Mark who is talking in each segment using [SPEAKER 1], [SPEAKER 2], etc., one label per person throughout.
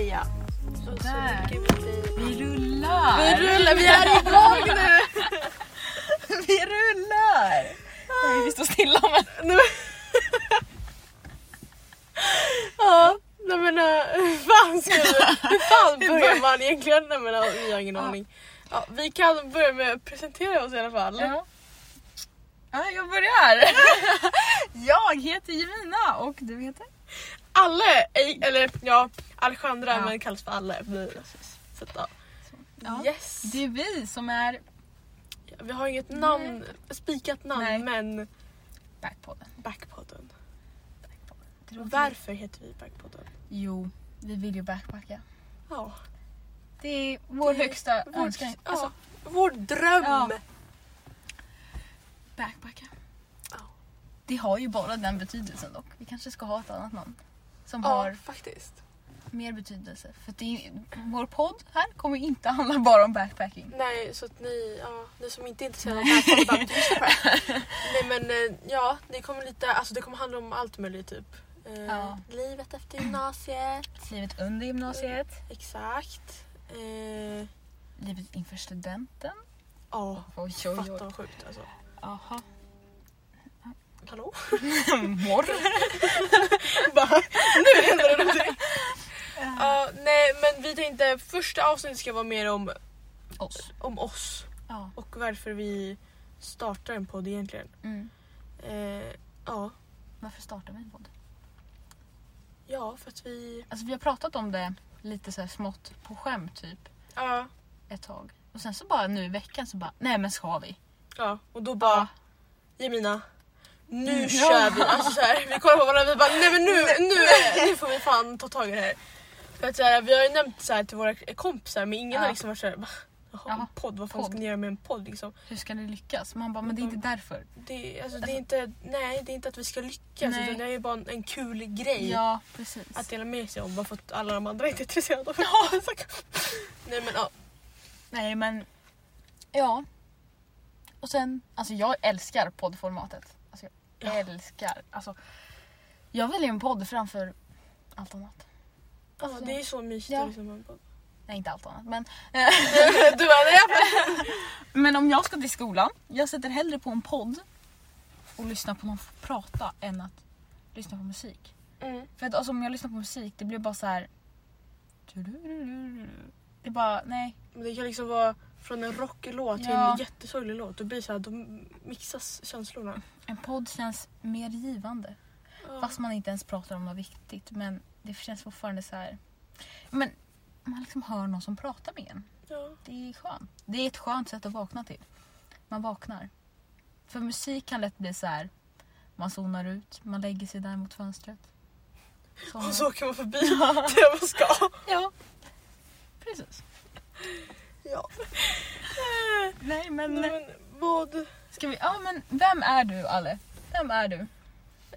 [SPEAKER 1] eh, fan egentligen? Nej men ja, vi har ingen aning. Ja, vi kan börja med att presentera oss i alla fall.
[SPEAKER 2] Ja. Ja, jag börjar. jag heter Jemina och du heter?
[SPEAKER 1] Alle, ej- eller ja, Alejandra
[SPEAKER 2] Ja.
[SPEAKER 1] men kallas för Alle. Vi- Så att, ja.
[SPEAKER 2] Ja.
[SPEAKER 1] Yes!
[SPEAKER 2] Det är vi som är
[SPEAKER 1] Vi har inget namn, spikat namn
[SPEAKER 2] Nej.
[SPEAKER 1] men
[SPEAKER 2] Backpodden.
[SPEAKER 1] Backpodden.
[SPEAKER 2] Det låter-
[SPEAKER 1] Varför heter vi Backpodden?
[SPEAKER 2] Jo, vi vill ju backpacka.
[SPEAKER 1] Ja,
[SPEAKER 2] Det är vår
[SPEAKER 1] Det är
[SPEAKER 2] högsta
[SPEAKER 1] vår,
[SPEAKER 2] önskan. Alltså,
[SPEAKER 1] ja, vår dröm!
[SPEAKER 2] Ja. backpacka.
[SPEAKER 1] Ja.
[SPEAKER 2] Det har ju bara den betydelsen dock. Vi kanske ska ha ett annat namn. Som
[SPEAKER 1] ja
[SPEAKER 2] har
[SPEAKER 1] faktiskt.
[SPEAKER 2] mer betydelse. För det är, vår podd här kommer ju inte handla bara om backpacking.
[SPEAKER 1] Nej, så att ni, ja, ni som inte är intresserade av det här kommer bara inte lyssna på det. här. Nej men eh, ja, det kommer lite, alltså det kommer handla om allt möjligt typ. Eh,
[SPEAKER 2] Ja.
[SPEAKER 1] Livet efter gymnasiet,
[SPEAKER 2] Livet under gymnasiet.
[SPEAKER 1] exakt. Eh,
[SPEAKER 2] Livet inför studenten.
[SPEAKER 1] Ja,
[SPEAKER 2] Mm. Oj, oj,
[SPEAKER 1] fatta
[SPEAKER 2] oj.
[SPEAKER 1] vad sjukt alltså.
[SPEAKER 2] Aha.
[SPEAKER 1] Hallå?
[SPEAKER 2] Morr.
[SPEAKER 1] Bara, nu händer det någonting. Ja, nej men vi tänkte första avsnittet ska vara mer om,
[SPEAKER 2] Oss.
[SPEAKER 1] om oss
[SPEAKER 2] Ja.
[SPEAKER 1] och varför vi startar en podd egentligen.
[SPEAKER 2] Mm.
[SPEAKER 1] Eh, ja,
[SPEAKER 2] Varför startar vi en podd?
[SPEAKER 1] ja för att vi,
[SPEAKER 2] Alltså vi har pratat om det lite så här smått på skämt typ
[SPEAKER 1] ja.
[SPEAKER 2] ett tag. Och sen så bara nu i veckan så bara, nej men ska vi?
[SPEAKER 1] Ja, och då bara Jemina, nu
[SPEAKER 2] Mm. Ja.
[SPEAKER 1] kör vi! Alltså så här, vi kollar på varandra och vi bara nej men nu, nu, nu får vi fan ta tag i det här. För att så här, vi har ju nämnt så här till våra kompisar men ingen
[SPEAKER 2] Ja.
[SPEAKER 1] har liksom varit såhär Jaha,
[SPEAKER 2] Jaha,
[SPEAKER 1] en podd, vad fan
[SPEAKER 2] podd.
[SPEAKER 1] ska ni göra med en podd liksom?
[SPEAKER 2] Hur ska det lyckas? Man bara, men det är
[SPEAKER 1] Mm.
[SPEAKER 2] inte därför.
[SPEAKER 1] Det, är- alltså, det, är inte, nej, det är inte att vi ska lyckas
[SPEAKER 2] Nej.
[SPEAKER 1] utan det är ju bara en, en kul grej
[SPEAKER 2] Ja, precis.
[SPEAKER 1] att dela med sig om bara för att alla de andra inte är intresserade av det. nej men ja,
[SPEAKER 2] Nej men, ja. Och sen, alltså jag älskar poddformatet. Alltså jag
[SPEAKER 1] Ja.
[SPEAKER 2] älskar, alltså. Jag vill ju en podd framför allt annat.
[SPEAKER 1] alltså, det är ju så mysigt
[SPEAKER 2] Ja.
[SPEAKER 1] att liksom, ha en podd.
[SPEAKER 2] Nej inte allt annat men.
[SPEAKER 1] Du bara, nej,
[SPEAKER 2] Men om jag ska till skolan, jag sätter hellre på en podd och lyssnar på någon prata än att lyssna på musik.
[SPEAKER 1] jag- mm,
[SPEAKER 2] För att alltså, om jag lyssnar på musik det blir bara så här. Det är bara, nej.
[SPEAKER 1] Men det kan liksom vara från en rockig låt till
[SPEAKER 2] Ja.
[SPEAKER 1] en jättesorglig låt. Då blir det så här, då mixas känslorna.
[SPEAKER 2] En podd känns mer givande. Fast man inte ens pratar om något viktigt. Men det känns fortfarande så här. Men man liksom hör någon som pratar med en.
[SPEAKER 1] Ja.
[SPEAKER 2] Det är skönt. Det är ett skönt sätt att vakna till. Man vaknar. För musik kan lätt bli så här. Man zonar ut, man lägger sig där mot fönstret.
[SPEAKER 1] Och
[SPEAKER 2] Somnar. Alltså-
[SPEAKER 1] så åker man förbi där man ska.
[SPEAKER 2] Ja. Precis.
[SPEAKER 1] Ja.
[SPEAKER 2] Nej men...
[SPEAKER 1] Men vad...
[SPEAKER 2] Ska vi... Ja men vem är du Alle? Vem är du?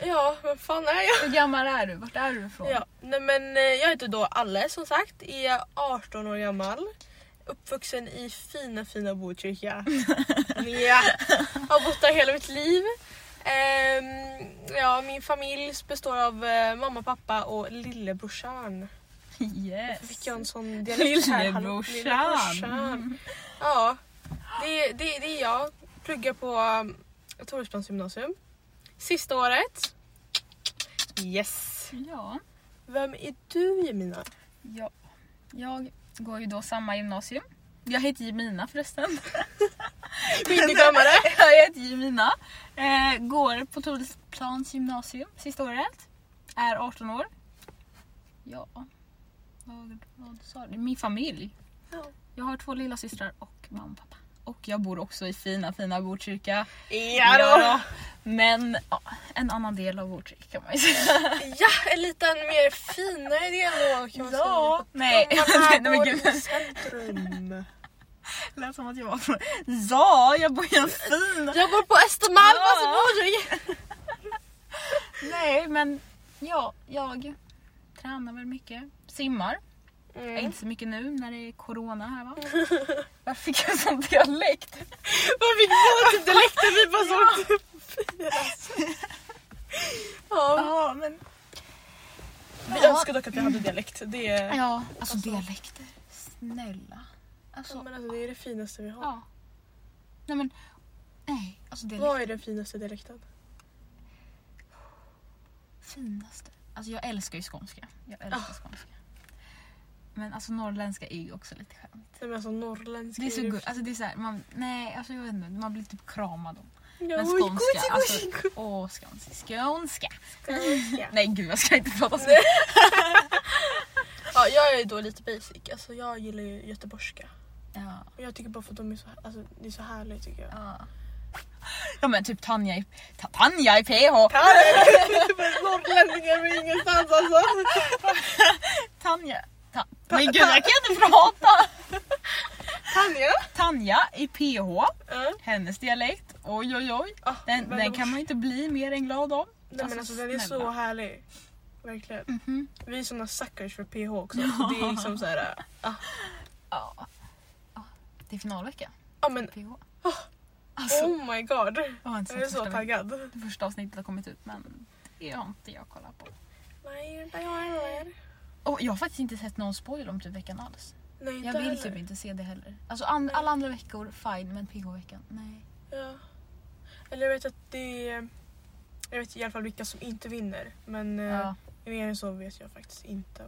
[SPEAKER 1] Ja, vem fan är jag?
[SPEAKER 2] Hur gammal är du? Vart är du ifrån?
[SPEAKER 1] Ja, nej men eh, jag heter då Alle som sagt, är 18 år gammal. Uppvuxen i fina fina Botkyrka. ja. Har bott där hela mitt liv. Ehm, ja, min familj består av eh, mamma, pappa och lillebrorsan.
[SPEAKER 2] Yes.
[SPEAKER 1] Fick jag en sån dialekt här? Hallå,
[SPEAKER 2] Lillebrorsan.
[SPEAKER 1] Lillebrorsan. Ja, det, det, det är jag. Pluggar på um, Toresplans gymnasium. Sista året. Yes!
[SPEAKER 2] Ja.
[SPEAKER 1] Vem är du Jemina?
[SPEAKER 2] ja. Jag går ju då samma gymnasium. Jag heter Jemina förresten.
[SPEAKER 1] Vill ni glömma det?
[SPEAKER 2] Jag heter Jemina. Eh, går på Torslans gymnasium sista året. Är 18 år. Ja. Vad, vad sa du? Min familj.
[SPEAKER 1] Ja.
[SPEAKER 2] Jag har två lilla systrar och mamma och pappa. Och jag bor också i fina fina Botkyrka.
[SPEAKER 1] Ja då!
[SPEAKER 2] Men ja, en annan del av Botkyrka kan man ju säga.
[SPEAKER 1] Ja, en liten mer finare del då kan man säga.
[SPEAKER 2] Nej.
[SPEAKER 1] Man här
[SPEAKER 2] Nej men
[SPEAKER 1] bor
[SPEAKER 2] gud.
[SPEAKER 1] i centrum.
[SPEAKER 2] Det lät som att jag var från... Ja, jag bor i en fin...
[SPEAKER 1] Jag bor på Östermalm,
[SPEAKER 2] Ja.
[SPEAKER 1] alltså Botkyrka.
[SPEAKER 2] Nej men ja, jag tränar väl mycket. Simmar.
[SPEAKER 1] Mm.
[SPEAKER 2] Inte så mycket nu när det är corona här va? Varför fick jag sån dialekt?
[SPEAKER 1] Man fick båda typ dialekter, vi bara såg typ Ja,
[SPEAKER 2] Ja men...
[SPEAKER 1] Vi
[SPEAKER 2] Ja.
[SPEAKER 1] önskar dock att vi hade dialekt. Det är, ja,
[SPEAKER 2] Ja, alltså dialekter. Snälla. Alltså,
[SPEAKER 1] men alltså, det är det finaste vi har.
[SPEAKER 2] ja. Nej men... Nej, alltså dialekt.
[SPEAKER 1] Vad är den finaste dialekten? Ah.
[SPEAKER 2] Finaste. Alltså jag älskar ju skånska. Jag älskar skånska. Men alltså norrländska är ju också lite charmigt.
[SPEAKER 1] Nej men alltså norrländska
[SPEAKER 2] Det är så
[SPEAKER 1] ju-
[SPEAKER 2] gulligt. Alltså det är så här, man, nej alltså jag vet inte, man blir typ kramad om.
[SPEAKER 1] Ja,
[SPEAKER 2] Men
[SPEAKER 1] oj,
[SPEAKER 2] skånska,
[SPEAKER 1] gosig,
[SPEAKER 2] alltså-
[SPEAKER 1] gosig, gosig.
[SPEAKER 2] Åh, skånska. Skånska.
[SPEAKER 1] Skånska.
[SPEAKER 2] Nej gud jag ska inte prata så.
[SPEAKER 1] Ja, jag är då lite basic. Alltså, jag gillar ju göteborgska.
[SPEAKER 2] Ja,
[SPEAKER 1] Och jag tycker bara för att de är så, alltså, det är så härligt tycker jag.
[SPEAKER 2] ja. ja men typ Tanja i, Ta- Tanja i PH.
[SPEAKER 1] Norrlänningar är ingenstans alltså.
[SPEAKER 2] Tanja. Ta, men gud jag kan inte prata.
[SPEAKER 1] Tanja?
[SPEAKER 2] Tanja i PH.
[SPEAKER 1] Ja.
[SPEAKER 2] Hennes dialekt. Oj oj oj.
[SPEAKER 1] Ah,
[SPEAKER 2] Den,
[SPEAKER 1] men
[SPEAKER 2] den
[SPEAKER 1] då-
[SPEAKER 2] kan man ju inte bli mer än glad om.
[SPEAKER 1] Nej men alltså den är så
[SPEAKER 2] snälla.
[SPEAKER 1] härlig. Verkligen.
[SPEAKER 2] Mhm.
[SPEAKER 1] Vi är såna suckers för PH också. Så det är liksom såhär... äh, ah.
[SPEAKER 2] Ja. Ja, Det är finalvecka.
[SPEAKER 1] Ja men
[SPEAKER 2] PH. Alltså,
[SPEAKER 1] oh my god.
[SPEAKER 2] jag har inte
[SPEAKER 1] Jag är
[SPEAKER 2] sett
[SPEAKER 1] så
[SPEAKER 2] första, veck-
[SPEAKER 1] taggad.
[SPEAKER 2] det första avsnittet har kommit ut men det har inte jag kollat på.
[SPEAKER 1] Nej, inte jag heller.
[SPEAKER 2] Och jag har faktiskt inte sett någon spoil om typ veckan alls.
[SPEAKER 1] Nej, inte
[SPEAKER 2] Jag vill
[SPEAKER 1] heller.
[SPEAKER 2] typ inte se det heller. Alltså an- alla andra veckor fine men PH-veckan nej.
[SPEAKER 1] Ja. Eller jag vet att det är... Jag vet i alla fall vilka som inte vinner. Men ja.
[SPEAKER 2] Ja.
[SPEAKER 1] mer än så vet jag faktiskt inte.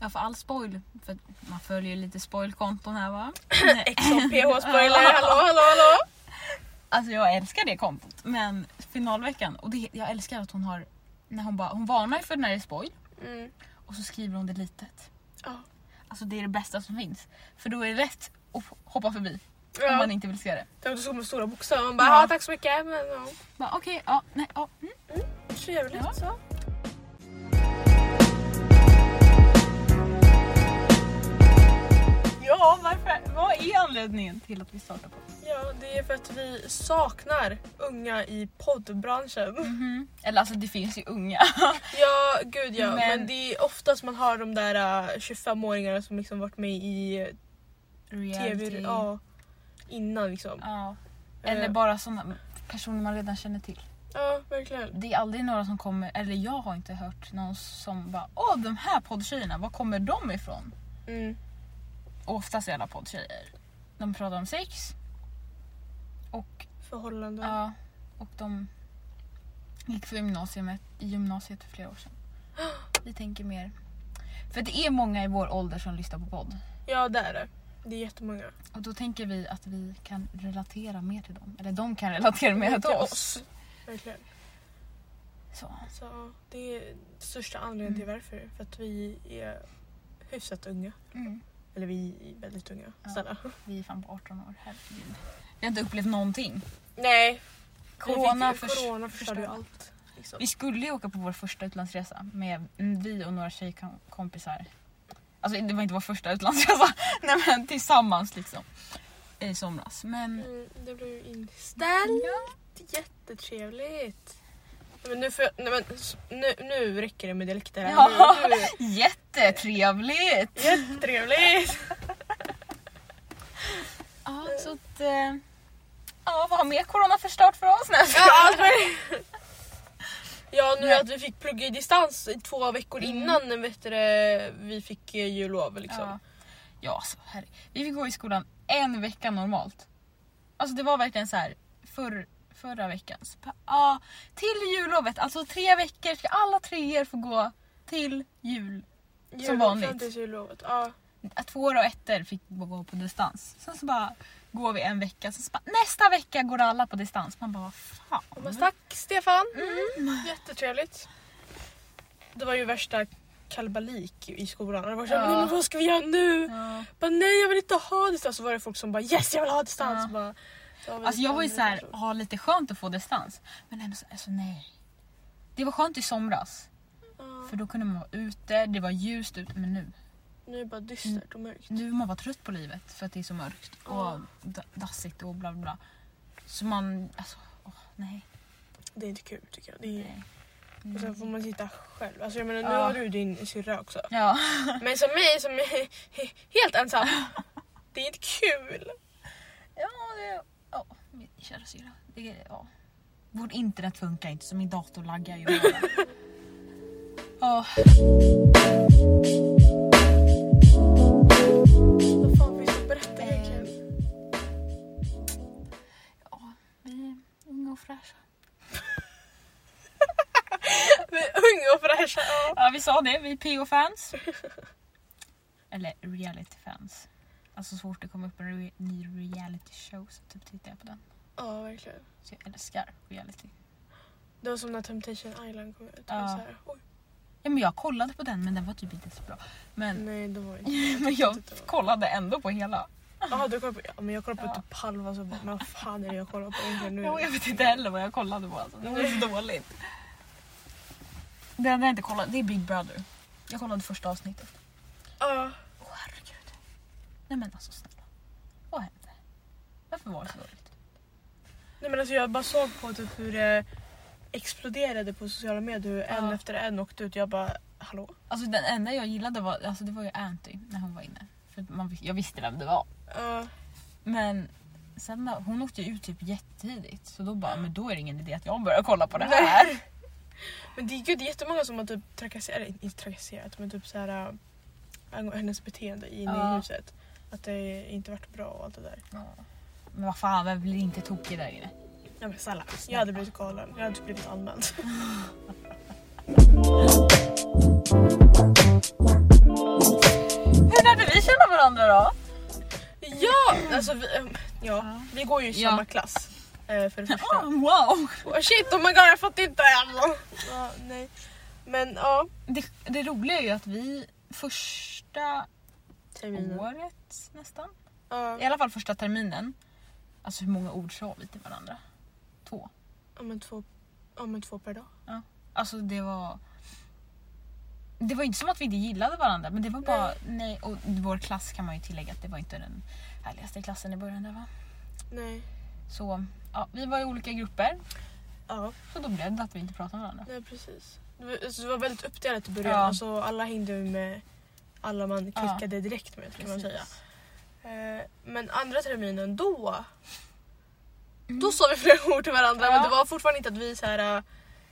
[SPEAKER 2] Ja för all spoil, för man följer ju lite spoilkonton här va?
[SPEAKER 1] XOPH-spoiler, hallå hallå hallå!
[SPEAKER 2] Alltså jag älskar det kontot men finalveckan och det, jag älskar att hon har när hon, bara, hon varnar för när det är spoil
[SPEAKER 1] Mm.
[SPEAKER 2] och så skriver hon det litet.
[SPEAKER 1] Ja.
[SPEAKER 2] Alltså det är det bästa som finns. För då är det lätt att hoppa förbi om
[SPEAKER 1] Ja.
[SPEAKER 2] man inte vill se det.
[SPEAKER 1] Det var så med stora bokstäver, man bara
[SPEAKER 2] Ja.
[SPEAKER 1] ja. tack så mycket men ja.
[SPEAKER 2] Bara, Okej, ja, nej, ja. Mm.
[SPEAKER 1] Trevligt
[SPEAKER 2] Ja.
[SPEAKER 1] så.
[SPEAKER 2] Ja, varför? Vad är anledningen till att vi startar på?
[SPEAKER 1] Ja, det är för att vi saknar unga i poddbranschen.
[SPEAKER 2] Eller alltså det finns ju unga.
[SPEAKER 1] Ja, gud ja. Men,
[SPEAKER 2] Men-
[SPEAKER 1] det är oftast man har de där äh, 25-åringarna som liksom varit med i tv
[SPEAKER 2] Ja.
[SPEAKER 1] ja, innan liksom.
[SPEAKER 2] Eller
[SPEAKER 1] Eh,
[SPEAKER 2] bara sådana personer man redan känner till.
[SPEAKER 1] Ja, verkligen.
[SPEAKER 2] Det är aldrig några som kommer, eller jag har inte hört någon som bara Åh de här poddtjejerna, var kommer de ifrån?
[SPEAKER 1] Mm.
[SPEAKER 2] Och oftast är alla poddtjejer. De pratar om sex. Och,
[SPEAKER 1] Förhållanden.
[SPEAKER 2] ja, och de gick för gymnasiet, i gymnasiet för flera år sedan. Vi tänker mer. För det är många i vår ålder som lyssnar på podd.
[SPEAKER 1] Ja, det är det. Det är jättemånga.
[SPEAKER 2] Och då tänker vi att vi kan relatera mer till dem. Eller de kan relatera mer till
[SPEAKER 1] Till
[SPEAKER 2] oss.
[SPEAKER 1] Verkligen.
[SPEAKER 2] Så.
[SPEAKER 1] Så ja, det är största anledningen till varför. För att vi är hyfsat unga.
[SPEAKER 2] Mm.
[SPEAKER 1] Eller vi är väldigt unga.
[SPEAKER 2] Ja.
[SPEAKER 1] Snälla.
[SPEAKER 2] Vi är fan på 18 år, herregud. Vi har inte upplevt någonting.
[SPEAKER 1] Nej.
[SPEAKER 2] Corona,
[SPEAKER 1] vi fick,
[SPEAKER 2] förs-
[SPEAKER 1] corona förstörde ju
[SPEAKER 2] förstörde.
[SPEAKER 1] allt. Liksom.
[SPEAKER 2] Vi skulle ju åka på vår första utlandsresa med mm, vi och några tjejkompisar. Alltså det var inte vår första utlandsresa, nej men tillsammans liksom. I somras. Men...
[SPEAKER 1] Mm, det blev ju inställt. Jättetrevligt. Nej, Men nu, får jag, nej, men, s- nu, nu räcker det med dialekter här.
[SPEAKER 2] Ja.
[SPEAKER 1] Nu, nu.
[SPEAKER 2] Jättetrevligt!
[SPEAKER 1] Jättetrevligt!
[SPEAKER 2] Ja, så att... eh, Ja, vad har mer corona förstört för oss? Nej,
[SPEAKER 1] Ja, alltså, ja nu
[SPEAKER 2] Nej.
[SPEAKER 1] att vi fick plugga i distans i två veckor
[SPEAKER 2] Mm.
[SPEAKER 1] innan vet du, det, vi fick eh, jullov. Liksom.
[SPEAKER 2] Ja, ja alltså, herre. Vi fick gå i skolan en vecka normalt. Alltså det var verkligen så här förr, förra veckans. Pa- Ja, till jullovet, alltså tre veckor ska alla treor få gå till jul.
[SPEAKER 1] Jullov
[SPEAKER 2] Som vanligt.
[SPEAKER 1] fram tills jullovet. Ja.
[SPEAKER 2] Att Tvåor och ettor fick gå på distans. Sen så bara går vi en vecka, sen så bara, nästa vecka går alla på distans. Man bara vad
[SPEAKER 1] Ja, Men
[SPEAKER 2] fan.
[SPEAKER 1] tack Stefan!
[SPEAKER 2] Mm.
[SPEAKER 1] Jättetrevligt. Det var ju värsta kalabalik i skolan. Och Det var såhär,
[SPEAKER 2] Ja.
[SPEAKER 1] "Nej, men vad ska vi göra nu?
[SPEAKER 2] Ja.
[SPEAKER 1] Bara, nej jag vill inte ha distans. Så var det folk som bara yes jag vill ha distans.
[SPEAKER 2] Ja.
[SPEAKER 1] Bara, så har vi
[SPEAKER 2] Alltså jag var ju
[SPEAKER 1] en
[SPEAKER 2] såhär,
[SPEAKER 1] person.
[SPEAKER 2] ja lite skönt att få distans. Men ändå så, alltså nej. Det var skönt i somras.
[SPEAKER 1] Ja.
[SPEAKER 2] För då kunde man vara ute, det var ljust ute. Men nu,
[SPEAKER 1] Nu är det bara
[SPEAKER 2] Mm.
[SPEAKER 1] dystert och mörkt.
[SPEAKER 2] typ, nu man var trött på livet för att det är så mörkt och
[SPEAKER 1] Ja.
[SPEAKER 2] da- dassigt och bla bla bla. Så man, alltså, åh, nej.
[SPEAKER 1] Det är inte kul tycker jag. Det är...
[SPEAKER 2] Nej.
[SPEAKER 1] Och sen får man sitta själv. Alltså jag menar nu
[SPEAKER 2] Ja.
[SPEAKER 1] har du din syrra också.
[SPEAKER 2] Ja,
[SPEAKER 1] Men som mig som är helt ensam. Det är inte kul.
[SPEAKER 2] ja, det, ja min kära syrra. Det, ja. Vårt internet funkar inte så min dator laggar ju. bara. Ja,
[SPEAKER 1] Vad fan vill du berätta
[SPEAKER 2] Eh.
[SPEAKER 1] egentligen?
[SPEAKER 2] ja, vi är unga och fräscha.
[SPEAKER 1] Vi är unga och fräscha. Ja. Ja.
[SPEAKER 2] Ja, vi sa det, vi är PO-fans. Eller reality-fans. Alltså så fort det kommer upp en re- ny reality-show så typ tittar jag på den.
[SPEAKER 1] ja, verkligen.
[SPEAKER 2] Så jag älskar reality.
[SPEAKER 1] Det var som när Temptation Island kom ut.
[SPEAKER 2] Ja.
[SPEAKER 1] Ja. Så här, oj,
[SPEAKER 2] Ja, men jag kollade på den men den var typ inte så bra. Men,
[SPEAKER 1] nej, det var inte.
[SPEAKER 2] men jag
[SPEAKER 1] Mm, tyckte det var-
[SPEAKER 2] kollade ändå på hela.
[SPEAKER 1] Jaha, du kollar på... Ja, men jag kollar på
[SPEAKER 2] Ja.
[SPEAKER 1] typ halva så bara, men vad fan är det jag kollar på egentligen nu?
[SPEAKER 2] Jo, jag vet inte heller vad jag kollade på. Alltså. Det var
[SPEAKER 1] Mm.
[SPEAKER 2] så dåligt. Det enda jag inte kollade det är Big Brother. Jag kollade första avsnittet.
[SPEAKER 1] Ja,
[SPEAKER 2] Åh herregud. Nej men alltså snälla. Vad hände? Varför var det så dåligt?
[SPEAKER 1] nej men alltså jag bara såg på typ hur det exploderade på sociala medier. Hur en
[SPEAKER 2] Ja.
[SPEAKER 1] efter en åkte ut. Jag bara, hallå?
[SPEAKER 2] Alltså den enda jag gillade var, alltså, det var ju Anty när hon var inne. För att man, vis- jag visste vem det var.
[SPEAKER 1] Ja.
[SPEAKER 2] Men sen när, hon åkte ju ut typ jättetidigt så då
[SPEAKER 1] Mm.
[SPEAKER 2] bara, men då är det ingen idé att jag börjar kolla på det här.
[SPEAKER 1] Men det är ju jättemånga som har typ trakasserat, inte trakasserat men typ så här äh, angående hennes beteende inne
[SPEAKER 2] Ja.
[SPEAKER 1] i huset. Att det inte varit bra och allt det där.
[SPEAKER 2] Ja. Men vad fan, vem blir inte tokig där inne?
[SPEAKER 1] Ja men snälla, jag hade blivit galen. Jag hade typ blivit anmäld.
[SPEAKER 2] Hur lärde vi känna varandra då?
[SPEAKER 1] ja! Alltså vi, ähm, ja,
[SPEAKER 2] Ja.
[SPEAKER 1] vi går ju i
[SPEAKER 2] Ja.
[SPEAKER 1] samma klass. eh, För det första.
[SPEAKER 2] Ah, wow!
[SPEAKER 1] Oh shit, oh my god jag fattar inte än. Ja, nej. Men ja.
[SPEAKER 2] Det, det roliga är ju att vi första året nästan,
[SPEAKER 1] Ja.
[SPEAKER 2] i alla fall första terminen, alltså hur många ord sa vi till varandra? Två.
[SPEAKER 1] ja men två, ja, men två per dag.
[SPEAKER 2] Alltså det var... Det var inte som att vi inte gillade varandra men det var bara... Nej. och vår klass kan man ju tillägga att det var inte den härligaste klassen i början där va?
[SPEAKER 1] Nej.
[SPEAKER 2] Så ja, vi var i olika grupper
[SPEAKER 1] Ja,
[SPEAKER 2] så då blev det att vi inte pratade med varandra.
[SPEAKER 1] nej, precis. Det var, alltså, det var väldigt uppdelat i början.
[SPEAKER 2] Ja.
[SPEAKER 1] Alltså, alla hängde ju med alla man
[SPEAKER 2] Ja.
[SPEAKER 1] klickade direkt med kan man
[SPEAKER 2] Precis.
[SPEAKER 1] säga. Eh, Men andra terminen då,
[SPEAKER 2] Mm.
[SPEAKER 1] då sa vi flera ord till varandra men
[SPEAKER 2] Ja.
[SPEAKER 1] det var fortfarande inte att vi så här, äh,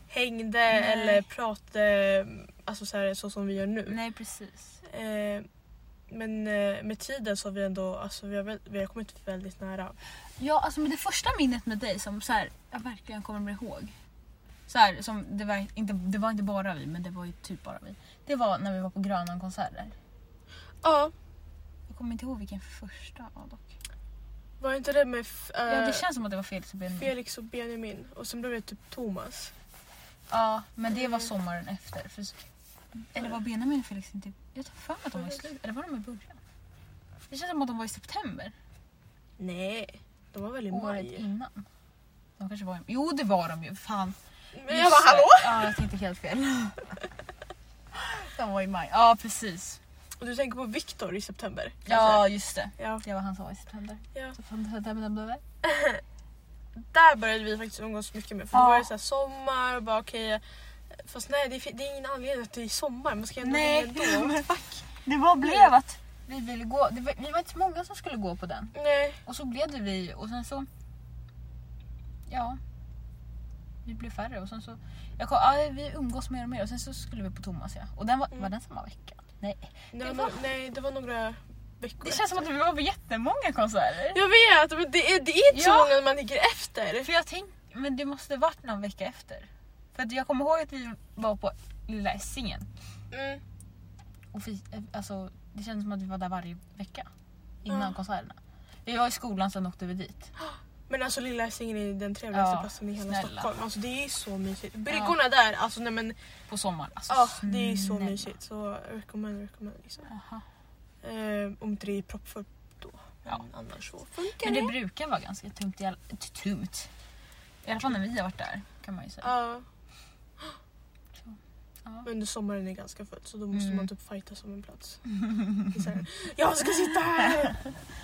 [SPEAKER 1] hängde
[SPEAKER 2] Nej.
[SPEAKER 1] eller pratade alltså, så, här, så som vi gör nu.
[SPEAKER 2] Nej precis.
[SPEAKER 1] Eh, men eh, med tiden så har vi ändå alltså, vi har, väl- vi har kommit väldigt nära.
[SPEAKER 2] Ja alltså men det första minnet med dig som så här, jag verkligen kommer bli ihåg. Så här, som det, var inte, det var inte bara vi men det var ju typ bara vi. Det var när vi var på Grönan-konserter.
[SPEAKER 1] Ja,
[SPEAKER 2] Jag kommer inte ihåg vilken första var dock.
[SPEAKER 1] var inte det med f- eh,
[SPEAKER 2] Ja det känns som att det var Felix och Benjamin.
[SPEAKER 1] Felix och Benjamin och sen blev det typ Thomas.
[SPEAKER 2] Ja, men det var sommaren efter. För, eller var Benjamin och Felix inte... Jag tror fan att de var i slutet. Eller var de i början? Det känns som att de var i september.
[SPEAKER 1] Nej, de var väl i
[SPEAKER 2] Året
[SPEAKER 1] maj.
[SPEAKER 2] innan. De kanske var i... Jo, det var de ju. Fan.
[SPEAKER 1] Men jag
[SPEAKER 2] Just
[SPEAKER 1] bara
[SPEAKER 2] det.
[SPEAKER 1] hallå!
[SPEAKER 2] Ja, jag tänkte helt fel. de var i maj. Ja, precis.
[SPEAKER 1] Och du tänker på Viktor i september?
[SPEAKER 2] Ja, just det.
[SPEAKER 1] ja.
[SPEAKER 2] Det var han som var i september.
[SPEAKER 1] Ja.
[SPEAKER 2] September.
[SPEAKER 1] Där började vi faktiskt umgås mycket med för då
[SPEAKER 2] Ja.
[SPEAKER 1] var det så här sommar och bara okej Fast nej det är, det är ingen anledning att det är sommar, man ska ändå
[SPEAKER 2] Nej,
[SPEAKER 1] hänga ändå.
[SPEAKER 2] men fuck. Det var blev att vi ville gå. Det var, vi var inte så många som skulle gå på den.
[SPEAKER 1] Nej,
[SPEAKER 2] Och så blev det vi och sen så... Ja. Vi blev färre och sen så... Jag kom, ja, vi umgås mer och mer och sen så skulle vi på Thomas ja. Och den var,
[SPEAKER 1] Mm.
[SPEAKER 2] var den samma vecka? Nej.
[SPEAKER 1] det var,
[SPEAKER 2] Det
[SPEAKER 1] no-
[SPEAKER 2] var-
[SPEAKER 1] nej det var några veckor
[SPEAKER 2] Det känns som att vi var på jättemånga konserter.
[SPEAKER 1] Jag vet, men det är, det är inte så
[SPEAKER 2] Ja.
[SPEAKER 1] många man ligger efter.
[SPEAKER 2] För jag tänkte, men det måste varit någon vecka efter. För att jag kommer ihåg att vi var på Lilla Essingen.
[SPEAKER 1] Mm.
[SPEAKER 2] Och fi, alltså, det kändes som att vi var där varje vecka. Innan
[SPEAKER 1] Ja.
[SPEAKER 2] konserterna. Vi var i skolan sen åkte vi dit.
[SPEAKER 1] Men alltså Lilla Essingen är den trevligaste
[SPEAKER 2] Ja,
[SPEAKER 1] platsen i hela
[SPEAKER 2] snälla.
[SPEAKER 1] Stockholm. Alltså det är så mysigt. Bryggorna där, alltså nej men
[SPEAKER 2] På sommaren. Alltså,
[SPEAKER 1] ja, det är så
[SPEAKER 2] snälla.
[SPEAKER 1] mysigt. Så recommend, recommend liksom.
[SPEAKER 2] Jaha.
[SPEAKER 1] Eh, om inte det är proppfullt då. Men
[SPEAKER 2] Ja.
[SPEAKER 1] annars så funkar
[SPEAKER 2] Men
[SPEAKER 1] det.
[SPEAKER 2] det brukar vara ganska tungt i alla, tungt. I alla fall när vi har varit där kan man ju säga.
[SPEAKER 1] Ja,
[SPEAKER 2] Ja.
[SPEAKER 1] men sommaren är ganska full så då måste
[SPEAKER 2] Mm.
[SPEAKER 1] man typ fighta som en plats. Det är så här, jag ska sitta här!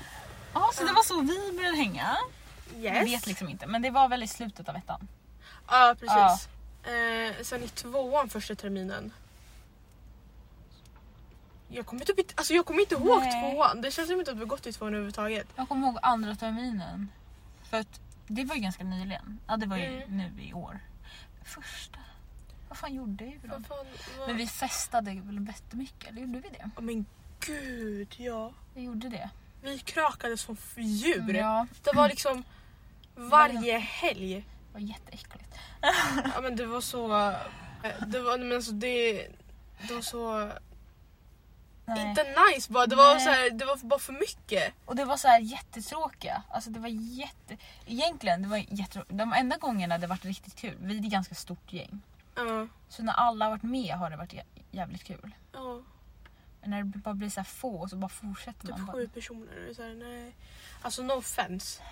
[SPEAKER 2] Ja, så det var så vi började hänga. Jag
[SPEAKER 1] Yes.
[SPEAKER 2] vet liksom inte men det var väl i slutet av ettan.
[SPEAKER 1] Ja precis. Eh, sen i tvåan första terminen. Jag kommer typ inte, alltså jag kommer inte ihåg
[SPEAKER 2] Nej.
[SPEAKER 1] tvåan. Det känns som inte att vi har gått i tvåan överhuvudtaget.
[SPEAKER 2] Jag kommer ihåg andra terminen. För att det var ju ganska nyligen. Ja det var ju
[SPEAKER 1] Mm.
[SPEAKER 2] nu i år. Första. Vad fan gjorde vi då?
[SPEAKER 1] Vad fan, vad...
[SPEAKER 2] Men vi festade väl jättemycket, eller gjorde vi det?
[SPEAKER 1] Åh, men gud ja.
[SPEAKER 2] Vi gjorde det. Mm,
[SPEAKER 1] Vi krakades som f- djur.
[SPEAKER 2] Ja,
[SPEAKER 1] Det var liksom varje helg.
[SPEAKER 2] det var jätteäckligt.
[SPEAKER 1] Ja, men det var så... eh, Det var, men alltså, det, då så...
[SPEAKER 2] Nej.
[SPEAKER 1] Inte nice bara, det var,
[SPEAKER 2] Nej.
[SPEAKER 1] så här, det var bara för mycket.
[SPEAKER 2] Och det var så här jättetråkiga. Alltså det var jätte... Egentligen, det var jättetråkigt. De enda gångerna det varit riktigt kul, vi är ett ganska stort gäng.
[SPEAKER 1] Ja.
[SPEAKER 2] Så när alla har varit med har det varit jä- jävligt kul.
[SPEAKER 1] ja.
[SPEAKER 2] Men när det bara blir så här få och så bara fortsätter man.
[SPEAKER 1] Typ
[SPEAKER 2] bara.
[SPEAKER 1] sju personer. och Så här, nej. Alltså no offense.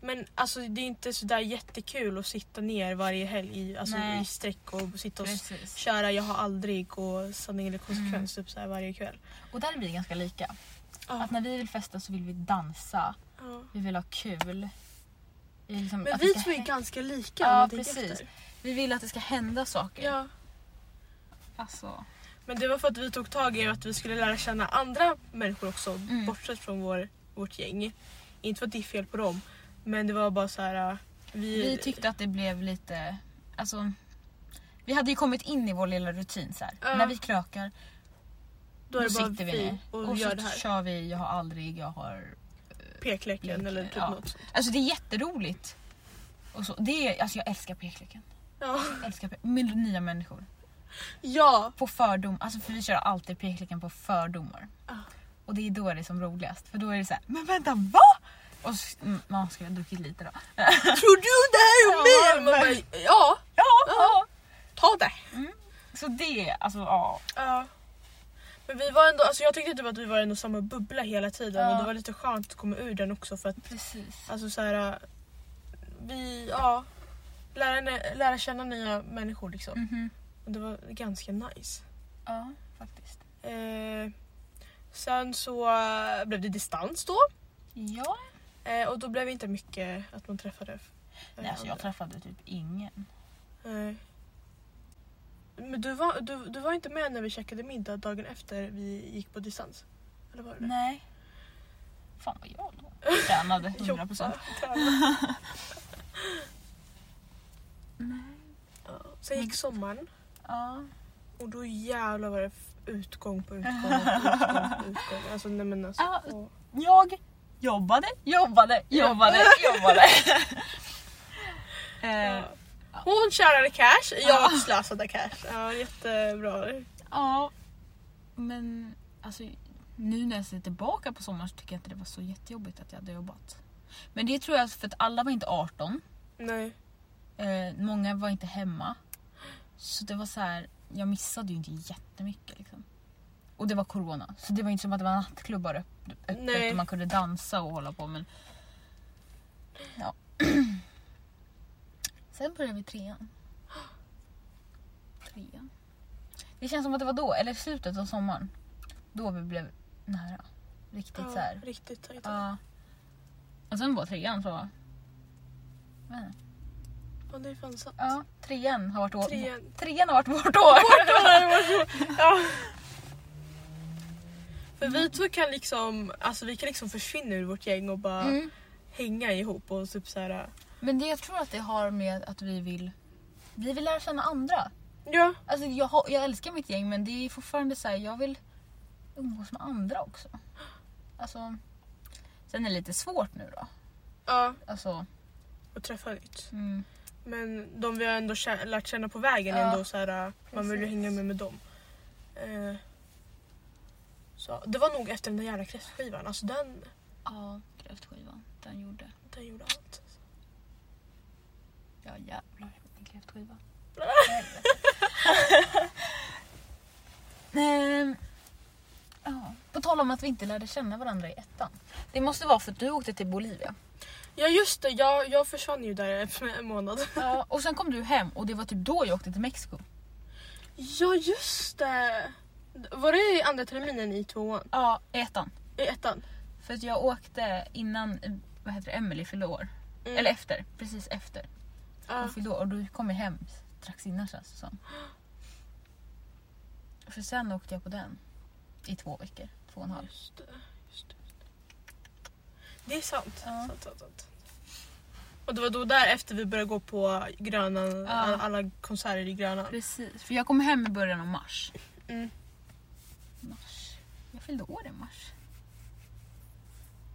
[SPEAKER 1] Men alltså, det är inte sådär jättekul att sitta ner varje helg i, alltså,
[SPEAKER 2] Nej.
[SPEAKER 1] i sträck och sitta och s-
[SPEAKER 2] Precis. Mm.
[SPEAKER 1] köra jag har aldrig och sanning eller konsekvens typ så här varje kväll.
[SPEAKER 2] Och där blir det ganska lika.
[SPEAKER 1] Ja.
[SPEAKER 2] Att när vi vill festa så vill vi dansa,
[SPEAKER 1] Ja.
[SPEAKER 2] vi vill ha kul. Vi vill liksom
[SPEAKER 1] Men
[SPEAKER 2] Mm. att det
[SPEAKER 1] vi
[SPEAKER 2] ska
[SPEAKER 1] två är
[SPEAKER 2] hä-
[SPEAKER 1] ganska lika
[SPEAKER 2] Ja,
[SPEAKER 1] om man tänker
[SPEAKER 2] precis.
[SPEAKER 1] efter.
[SPEAKER 2] vi vill att det ska hända saker.
[SPEAKER 1] Ja.
[SPEAKER 2] Alltså,
[SPEAKER 1] Men det var för att vi tog tag i att vi skulle lära känna andra människor också
[SPEAKER 2] Mm.
[SPEAKER 1] bortsett från vår, vårt gäng. Inte för att det är fel på dem men det var bara så här. äh, Vi,
[SPEAKER 2] vi tyckte att det blev lite... Alltså, vi hade ju kommit in i vår lilla rutin så här.
[SPEAKER 1] Ja.
[SPEAKER 2] När vi krökar,
[SPEAKER 1] då är
[SPEAKER 2] nu
[SPEAKER 1] det bara
[SPEAKER 2] sitter vi
[SPEAKER 1] vi
[SPEAKER 2] ner.
[SPEAKER 1] och,
[SPEAKER 2] Och
[SPEAKER 1] gör det
[SPEAKER 2] så
[SPEAKER 1] här.
[SPEAKER 2] kör vi Jag har aldrig, jag har...
[SPEAKER 1] Pekleken eller typ
[SPEAKER 2] Ja.
[SPEAKER 1] något sånt.
[SPEAKER 2] Alltså det är jätteroligt. Och så, det är, alltså jag älskar pekleken.
[SPEAKER 1] Ja.
[SPEAKER 2] Jag älskar pe- med nya människor.
[SPEAKER 1] ja.
[SPEAKER 2] På fördom, alltså för vi kör alltid pekleken på fördomar.
[SPEAKER 1] Ja.
[SPEAKER 2] Och det är då det är som roligast. För då är det så här, men vänta vad? Och så, mm, man skulle ha druckit lite då.
[SPEAKER 1] Tror du det här
[SPEAKER 2] Ja,
[SPEAKER 1] är mig? Man
[SPEAKER 2] men-
[SPEAKER 1] bara, ja,
[SPEAKER 2] Ja, ja.
[SPEAKER 1] ta det.
[SPEAKER 2] Så det, alltså ja.
[SPEAKER 1] Ja. Men vi var ändå, alltså jag tyckte typ att vi var ändå samma bubbla hela tiden
[SPEAKER 2] Ja.
[SPEAKER 1] och det var lite skönt att komma ur den också för att
[SPEAKER 2] Precis.
[SPEAKER 1] alltså så här, äh, vi, ja, lära, lära känna nya människor liksom.
[SPEAKER 2] Mhm.
[SPEAKER 1] Och det var ganska nice.
[SPEAKER 2] Ja, faktiskt.
[SPEAKER 1] Eh, sen så eh, blev det distans då
[SPEAKER 2] Ja.
[SPEAKER 1] eh, och då blev det inte mycket att man träffade. eh,
[SPEAKER 2] Nej, alltså jag
[SPEAKER 1] andra.
[SPEAKER 2] träffade typ ingen.
[SPEAKER 1] Nej. Men du var, du, du var inte med när vi käkade middag dagen efter vi gick på distans? Eller var du det?
[SPEAKER 2] Nej. Fan vad jag då. tränade 100%.
[SPEAKER 1] Jobba,
[SPEAKER 2] Nej.
[SPEAKER 1] ja. Sen gick sommaren
[SPEAKER 2] Ja.
[SPEAKER 1] och då jävlar var det f- utgång på utgång på utgång. På utgång. Alltså, nej men alltså,
[SPEAKER 2] Ja.
[SPEAKER 1] åh.
[SPEAKER 2] Jag jobbade, jobbade, jobbade, jobbade. eh,
[SPEAKER 1] Hon tjänade cash,
[SPEAKER 2] Ja.
[SPEAKER 1] jag slösade cash. Ah. Ja, jättebra.
[SPEAKER 2] ja, men alltså nu när jag ser tillbaka på sommaren så tycker jag inte det var så jättejobbigt att jag hade jobbat. Men det tror jag för att alla var inte 18,
[SPEAKER 1] Nej.
[SPEAKER 2] eh, många var inte hemma. Så det var så här, jag missade ju inte jättemycket liksom. Och det var corona, så det var inte som att det var nattklubbar öpp- öppet
[SPEAKER 1] Nej.
[SPEAKER 2] och man kunde dansa och hålla på men... Ja. Sen började vi trean. Trean. Det känns som att det var då, eller slutet av sommaren, då vi blev nära. Riktigt så här. Ah.
[SPEAKER 1] Ja, riktigt tajt.
[SPEAKER 2] Ja. Och sen var trean så... Jag vet inte.
[SPEAKER 1] Ja, det är fan sant.
[SPEAKER 2] Ja, trean har varit, år,
[SPEAKER 1] Trean.
[SPEAKER 2] trean har varit vårt år.
[SPEAKER 1] Ja. För vi två kan liksom, alltså vi kan liksom försvinna ur vårt gäng och bara
[SPEAKER 2] Mm.
[SPEAKER 1] hänga ihop och typ så här.
[SPEAKER 2] Men det jag tror att det har med att vi vill vi vill lära känna andra.
[SPEAKER 1] Ja,
[SPEAKER 2] Alltså jag, har- jag älskar mitt gäng men det är fortfarande så här, jag vill umgås med andra också. Alltså, sen är det lite svårt nu då.
[SPEAKER 1] ja
[SPEAKER 2] Alltså,
[SPEAKER 1] och träffa nytt.
[SPEAKER 2] mm,
[SPEAKER 1] Men de vi har ändå kä- lärt känna på vägen
[SPEAKER 2] Ja,
[SPEAKER 1] ändå så här, eh, man vill ju
[SPEAKER 2] precis.
[SPEAKER 1] hänga med med dem. Eh, så, det var nog efter den där jävla kräftskivan, alltså den,
[SPEAKER 2] ja, kräftskivan. Den gjorde.
[SPEAKER 1] den gjorde allt.
[SPEAKER 2] Ja jävlar vilken kräftskiva. Ehm, ja. På tal om att vi inte lärde känna varandra i ettan. Det måste vara för att du åkte till Bolivia.
[SPEAKER 1] Ja just det, jag, jag försvann ju där en månad.
[SPEAKER 2] Ja, och sen kom du hem och det var typ då jag åkte till Mexiko.
[SPEAKER 1] Ja just det! Var det i andra terminen i tvåan?
[SPEAKER 2] Ja, i ettan.
[SPEAKER 1] I ettan?
[SPEAKER 2] För att jag åkte innan eh, vad heter det, Emily fyllde år.
[SPEAKER 1] Mm.
[SPEAKER 2] Eller Mm. efter, precis efter.
[SPEAKER 1] Ja.
[SPEAKER 2] Hon fyllde år och du kom jag hem strax innan känns det som. För sen åkte jag på den. I två veckor, två och en halv.
[SPEAKER 1] Just det, just det. Det är sant.
[SPEAKER 2] Ja.
[SPEAKER 1] sant, sant, sant. Och det var då därefter vi började gå på Grönan, alla, alla konserter i Grönan.
[SPEAKER 2] Precis, för jag kom hem i början av mars.
[SPEAKER 1] Mm.
[SPEAKER 2] Mars. Jag fyllde år i mars.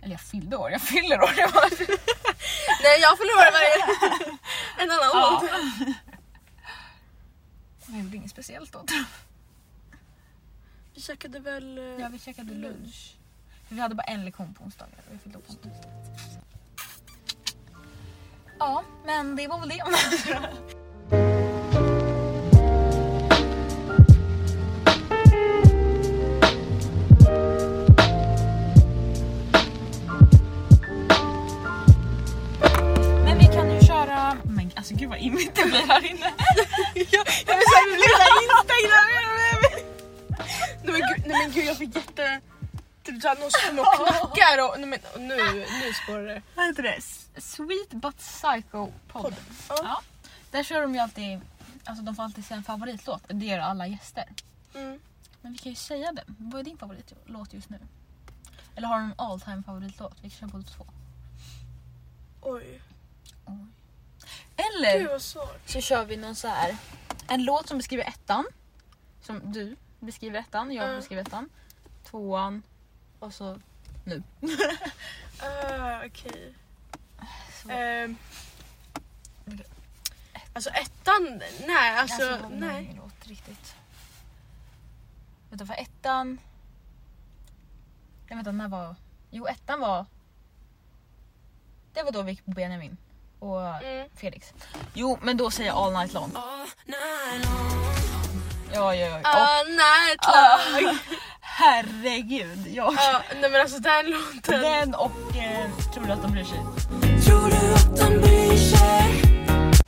[SPEAKER 2] Eller jag fyllde år, jag fyller år i mars.
[SPEAKER 1] Nej jag förlorade varje... en annan
[SPEAKER 2] Ja.
[SPEAKER 1] låt.
[SPEAKER 2] Jag gjorde inget speciellt då tror jag.
[SPEAKER 1] Vi käkade väl... eh,
[SPEAKER 2] Ja, vi käkade lunch. För vi hade bara en lektion på onsdagar och jag fyllde upp på onsdagar. Ja, men det var väl det. men vi kan ju köra... Men alltså gud vad immigt det blir här inne.
[SPEAKER 1] Ja, jag vill säga lilla Instagram. Nej men gud, nej, men gud jag fick jätte... Typ såhär någon som knackar och, nej, men, och nu, nu spårar det.
[SPEAKER 2] Vad heter det? Sweet But Psycho-podden.
[SPEAKER 1] Podden. Ja.
[SPEAKER 2] Ja. Där kör de ju alltid, alltså de får alltid säga en favoritlåt. Det gör alla gäster.
[SPEAKER 1] Mm.
[SPEAKER 2] Men vi kan ju säga den. Vad är din favoritlåt just nu? Eller har du en all time favoritlåt? Vi kan köra båda två.
[SPEAKER 1] Oj,
[SPEAKER 2] Eller
[SPEAKER 1] gud vad svårt.
[SPEAKER 2] så kör vi någon så här. En låt som beskriver ettan. Som du beskriver ettan, jag
[SPEAKER 1] Mm.
[SPEAKER 2] beskriver ettan. Tvåan och så...
[SPEAKER 1] Uh, Okej.
[SPEAKER 2] så
[SPEAKER 1] Ehm, alltså ettan, nej alltså,
[SPEAKER 2] Alltså, vad
[SPEAKER 1] nej.
[SPEAKER 2] många låt riktigt. Vänta, för ettan... Nej vänta, när var... Jo, ettan var... Det var då vi gick på Benjamin och
[SPEAKER 1] Mm.
[SPEAKER 2] Felix. Jo, men då säger jag All Night Long. Ja, ja, ja. Åh,
[SPEAKER 1] Ah, nej,
[SPEAKER 2] ah,
[SPEAKER 1] tack.
[SPEAKER 2] herregud. Jag...
[SPEAKER 1] Ja, nej men alltså den låten.
[SPEAKER 2] Den och eh, Tror du att de bryr sig?
[SPEAKER 3] Tror du att de bryr sig?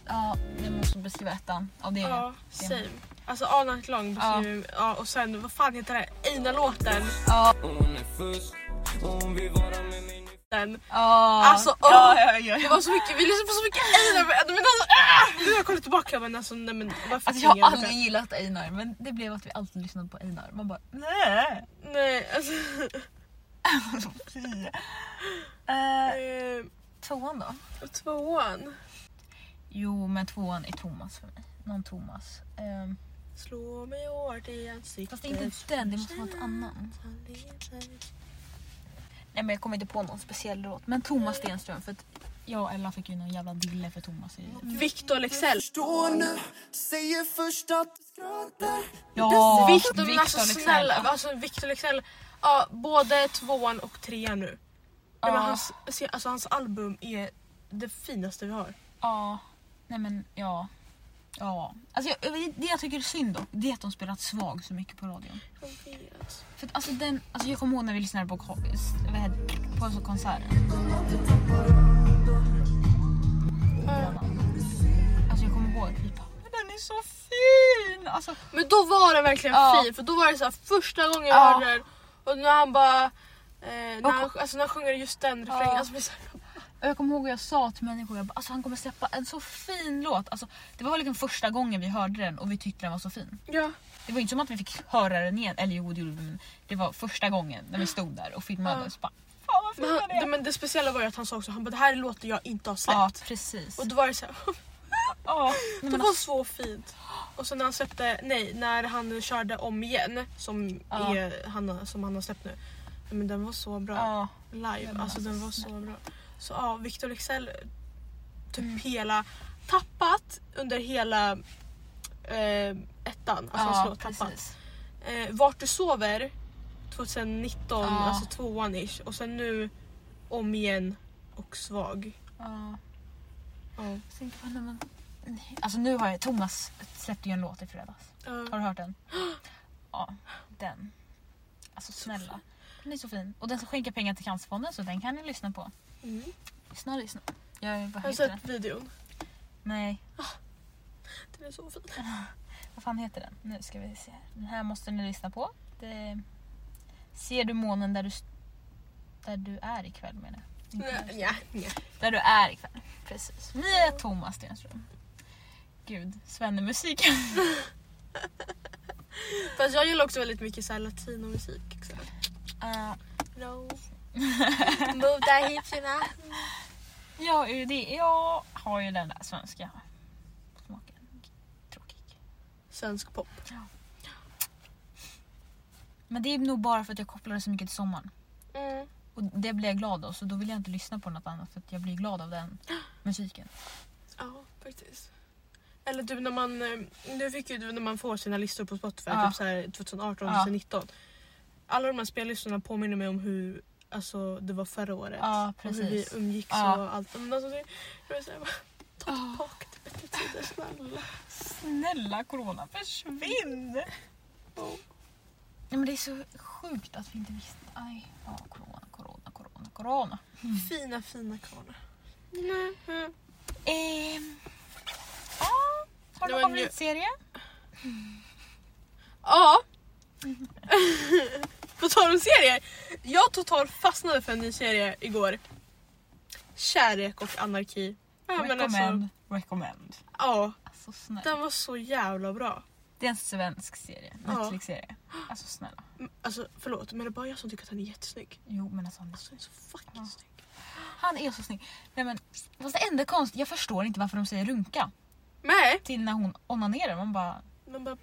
[SPEAKER 2] Ja, jag måste beskriva ettan. Ja, det är
[SPEAKER 1] Ja,
[SPEAKER 2] det.
[SPEAKER 1] same. Alltså All Night Long beskriver ja. och sen vad fan heter den? Eina-låten.
[SPEAKER 2] Ja,
[SPEAKER 3] Hon är fusk, hon vill vara med mig nu
[SPEAKER 1] Den.
[SPEAKER 2] ja.
[SPEAKER 1] Alltså, åh.
[SPEAKER 2] ja, ja, ja,
[SPEAKER 1] Det
[SPEAKER 2] ja.
[SPEAKER 1] var så mycket, vi lyssnade på så mycket Einar. Men men alltså, ah! Nu har jag kollat tillbaka men alltså nej men varför
[SPEAKER 2] Alltså jag har
[SPEAKER 1] ringer
[SPEAKER 2] aldrig
[SPEAKER 1] inte?
[SPEAKER 2] gillat Einar men det blev att vi alltid lyssnade på Einar. Man bara nej.
[SPEAKER 1] Nej alltså.
[SPEAKER 2] Eh,
[SPEAKER 1] Eh,
[SPEAKER 2] tvåan då?
[SPEAKER 1] och tvåan.
[SPEAKER 2] Jo men tvåan är Thomas för mig. Någon Thomas. Ehm,
[SPEAKER 1] Slå mig hårt i ansiktet.
[SPEAKER 2] fast det är inte den, det måste vara något annat. Nej men jag kommer inte på någon speciell låt. Men Thomas Stenström för att jag och Ella fick ju någon jävla dille för Thomas. I...
[SPEAKER 1] Victor Leksell.
[SPEAKER 3] Förstår nu, säger först att du skrattar
[SPEAKER 2] Ja!
[SPEAKER 1] Victor, men alltså
[SPEAKER 2] Leksell.
[SPEAKER 1] snälla. Alltså Victor Leksell. Ja, både tvåan och trean nu. Nej, men
[SPEAKER 2] Ja.
[SPEAKER 1] hans, se, alltså, hans album är det finaste vi har.
[SPEAKER 2] Ja. Nej men ja. Ja. Alltså jag, det jag tycker är synd dock det är att de spelat svag så mycket på radion. För att, alltså, den, alltså jag kommer ihåg när vi lyssnade på, ko- s- vad heter det? på så konserten. Alltså jag kommer ihåg att vi bara, "Men den är så fin! Alltså,
[SPEAKER 1] Men då var den verkligen
[SPEAKER 2] Ja.
[SPEAKER 1] fin för då var det så här, första gången jag
[SPEAKER 2] Ja.
[SPEAKER 1] hörde den och när han bara eh, när,
[SPEAKER 2] Och-
[SPEAKER 1] han, alltså, när han sjunger just den refrängen.
[SPEAKER 2] Ja.
[SPEAKER 1] Alltså, det är så här-
[SPEAKER 2] och jag kommer ihåg att jag sa till människor, jag bara, alltså, han kommer släppa en så fin låt. Alltså, det var liksom första gången vi hörde den och vi tyckte den var så fin.
[SPEAKER 1] ja.
[SPEAKER 2] Det var inte som att vi fick höra den igen, eller jo det gjorde vi men det var första gången när vi stod där och filmade
[SPEAKER 1] Ja.
[SPEAKER 2] och så bara, fan vad fin
[SPEAKER 1] men, han,
[SPEAKER 2] den är!
[SPEAKER 1] det, men det speciella var ju att han sa också han bara, det här är låter jag inte har släppt.
[SPEAKER 2] Ja precis.
[SPEAKER 1] Och då var det så här,
[SPEAKER 2] ja, nej,
[SPEAKER 1] det
[SPEAKER 2] men
[SPEAKER 1] var så fint. Och sen när han släppte, nej när han körde om igen som,
[SPEAKER 2] Ja.
[SPEAKER 1] är, han, har- som han har släppt nu. Men den var så bra.
[SPEAKER 2] ja.
[SPEAKER 1] live. Alltså
[SPEAKER 2] men alltså,
[SPEAKER 1] den var så
[SPEAKER 2] snälla.
[SPEAKER 1] bra. Så ja, Victor Leksell typ
[SPEAKER 2] Mm.
[SPEAKER 1] hela tappat under hela eh, ettan. Alltså hans låt tappat. Eh, Vart du sover 2019,
[SPEAKER 2] Ja.
[SPEAKER 1] alltså tvåan ish. Och sen nu om igen och svag.
[SPEAKER 2] Ja.
[SPEAKER 1] Ja.
[SPEAKER 2] Jag tänker på när man... Nej. Alltså nu har jag... Thomas släppte ju en låt i fredags. Har
[SPEAKER 1] Ja.
[SPEAKER 2] du hört den? Ja, den. Alltså snälla. Den är så fin. Och den ska skänka pengar till Cancerfonden så den kan ni lyssna på.
[SPEAKER 1] Mm.
[SPEAKER 2] Lyssna, lyssna. Jag, vad
[SPEAKER 1] Har du
[SPEAKER 2] heter den?
[SPEAKER 1] sett videon?
[SPEAKER 2] Nej,
[SPEAKER 1] Den är så fin.
[SPEAKER 2] vad fan heter den? Nu ska vi se. Den här måste ni lyssna på. Det... Ser du månen där du... s- Där du är ikväll menar jag. Inte där du
[SPEAKER 1] Nja, nja.
[SPEAKER 2] Där du är ikväll. Precis. Vi är Thomas Stenström. Gud, svennemusiken.
[SPEAKER 1] Fast jag gillar också väldigt mycket så här latinomusik. också.
[SPEAKER 2] Uh,
[SPEAKER 1] No. Move the hips you know.
[SPEAKER 2] Ja, är ju det. jag har ju den där svenska smaken. Tråkig.
[SPEAKER 1] Svensk pop.
[SPEAKER 2] Men det är nog bara för att jag kopplar det så mycket till sommaren.
[SPEAKER 1] Mm.
[SPEAKER 2] Och det blir jag glad av, så då vill jag inte lyssna på något annat för att jag blir glad av den musiken.
[SPEAKER 1] Ja, faktiskt. Eller typ när man, eh, nu fick ju du när man får sina listor på Spotify,
[SPEAKER 2] Ja.
[SPEAKER 1] typ så här 2018,
[SPEAKER 2] Ja.
[SPEAKER 1] 2019. Alla de här spellistorna påminner mig om hur alltså, det var förra året.
[SPEAKER 2] Ja,
[SPEAKER 1] och hur vi
[SPEAKER 2] precis.
[SPEAKER 1] umgicks
[SPEAKER 2] Ja.
[SPEAKER 1] och allt. Men alltså, det, jag vill säga, bara, ta tillbaka till bättre tider snälla.
[SPEAKER 2] Snälla corona, försvinn! Ja, men det är så sjukt att vi inte visste. Aj, ja, corona, corona, corona, corona.
[SPEAKER 1] Fina fina kvarnar.
[SPEAKER 2] Ehm, ja, har
[SPEAKER 1] Det var en mjuk-
[SPEAKER 2] du någon favoritserie?
[SPEAKER 1] Ja. På tal om serier. Jag totalt fastnade för en ny serie igår. Kärlek och anarki. Ja, men alltså,
[SPEAKER 2] recommend, recommend.
[SPEAKER 1] ja,
[SPEAKER 2] Alltså snälla.
[SPEAKER 1] den var så jävla bra.
[SPEAKER 2] Det är en svensk serie,
[SPEAKER 1] Ja.
[SPEAKER 2] Netflix-serie. Alltså snälla.
[SPEAKER 1] Mm, Alltså förlåt men det är bara jag som tycker att han är jättesnygg.
[SPEAKER 2] Jo men alltså han är
[SPEAKER 1] Alltså han är så fucking
[SPEAKER 2] Ja.
[SPEAKER 1] snygg.
[SPEAKER 2] Han är så snygg. Nej, men, fast det enda konst, jag förstår inte varför de säger runka
[SPEAKER 1] Nej
[SPEAKER 2] till när hon onanerar. Man bara...
[SPEAKER 1] men bara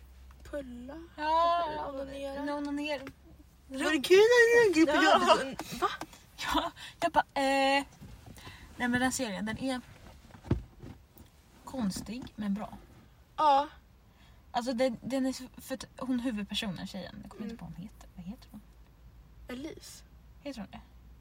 [SPEAKER 1] pulla.
[SPEAKER 2] Ja,
[SPEAKER 1] Eller onanera.
[SPEAKER 2] när onanerar.
[SPEAKER 1] Var det kul när du
[SPEAKER 2] på
[SPEAKER 1] jobbet? Va?
[SPEAKER 2] Ja, jag bara... Eh. Nej men den serien, den är konstig men bra.
[SPEAKER 1] Ja.
[SPEAKER 2] Alltså den, den är så- för att hon huvudpersonen, tjejen, jag kommer
[SPEAKER 1] Mm.
[SPEAKER 2] inte på vad hon heter. Vad heter hon?
[SPEAKER 1] Elise.
[SPEAKER 2] Heter hon det?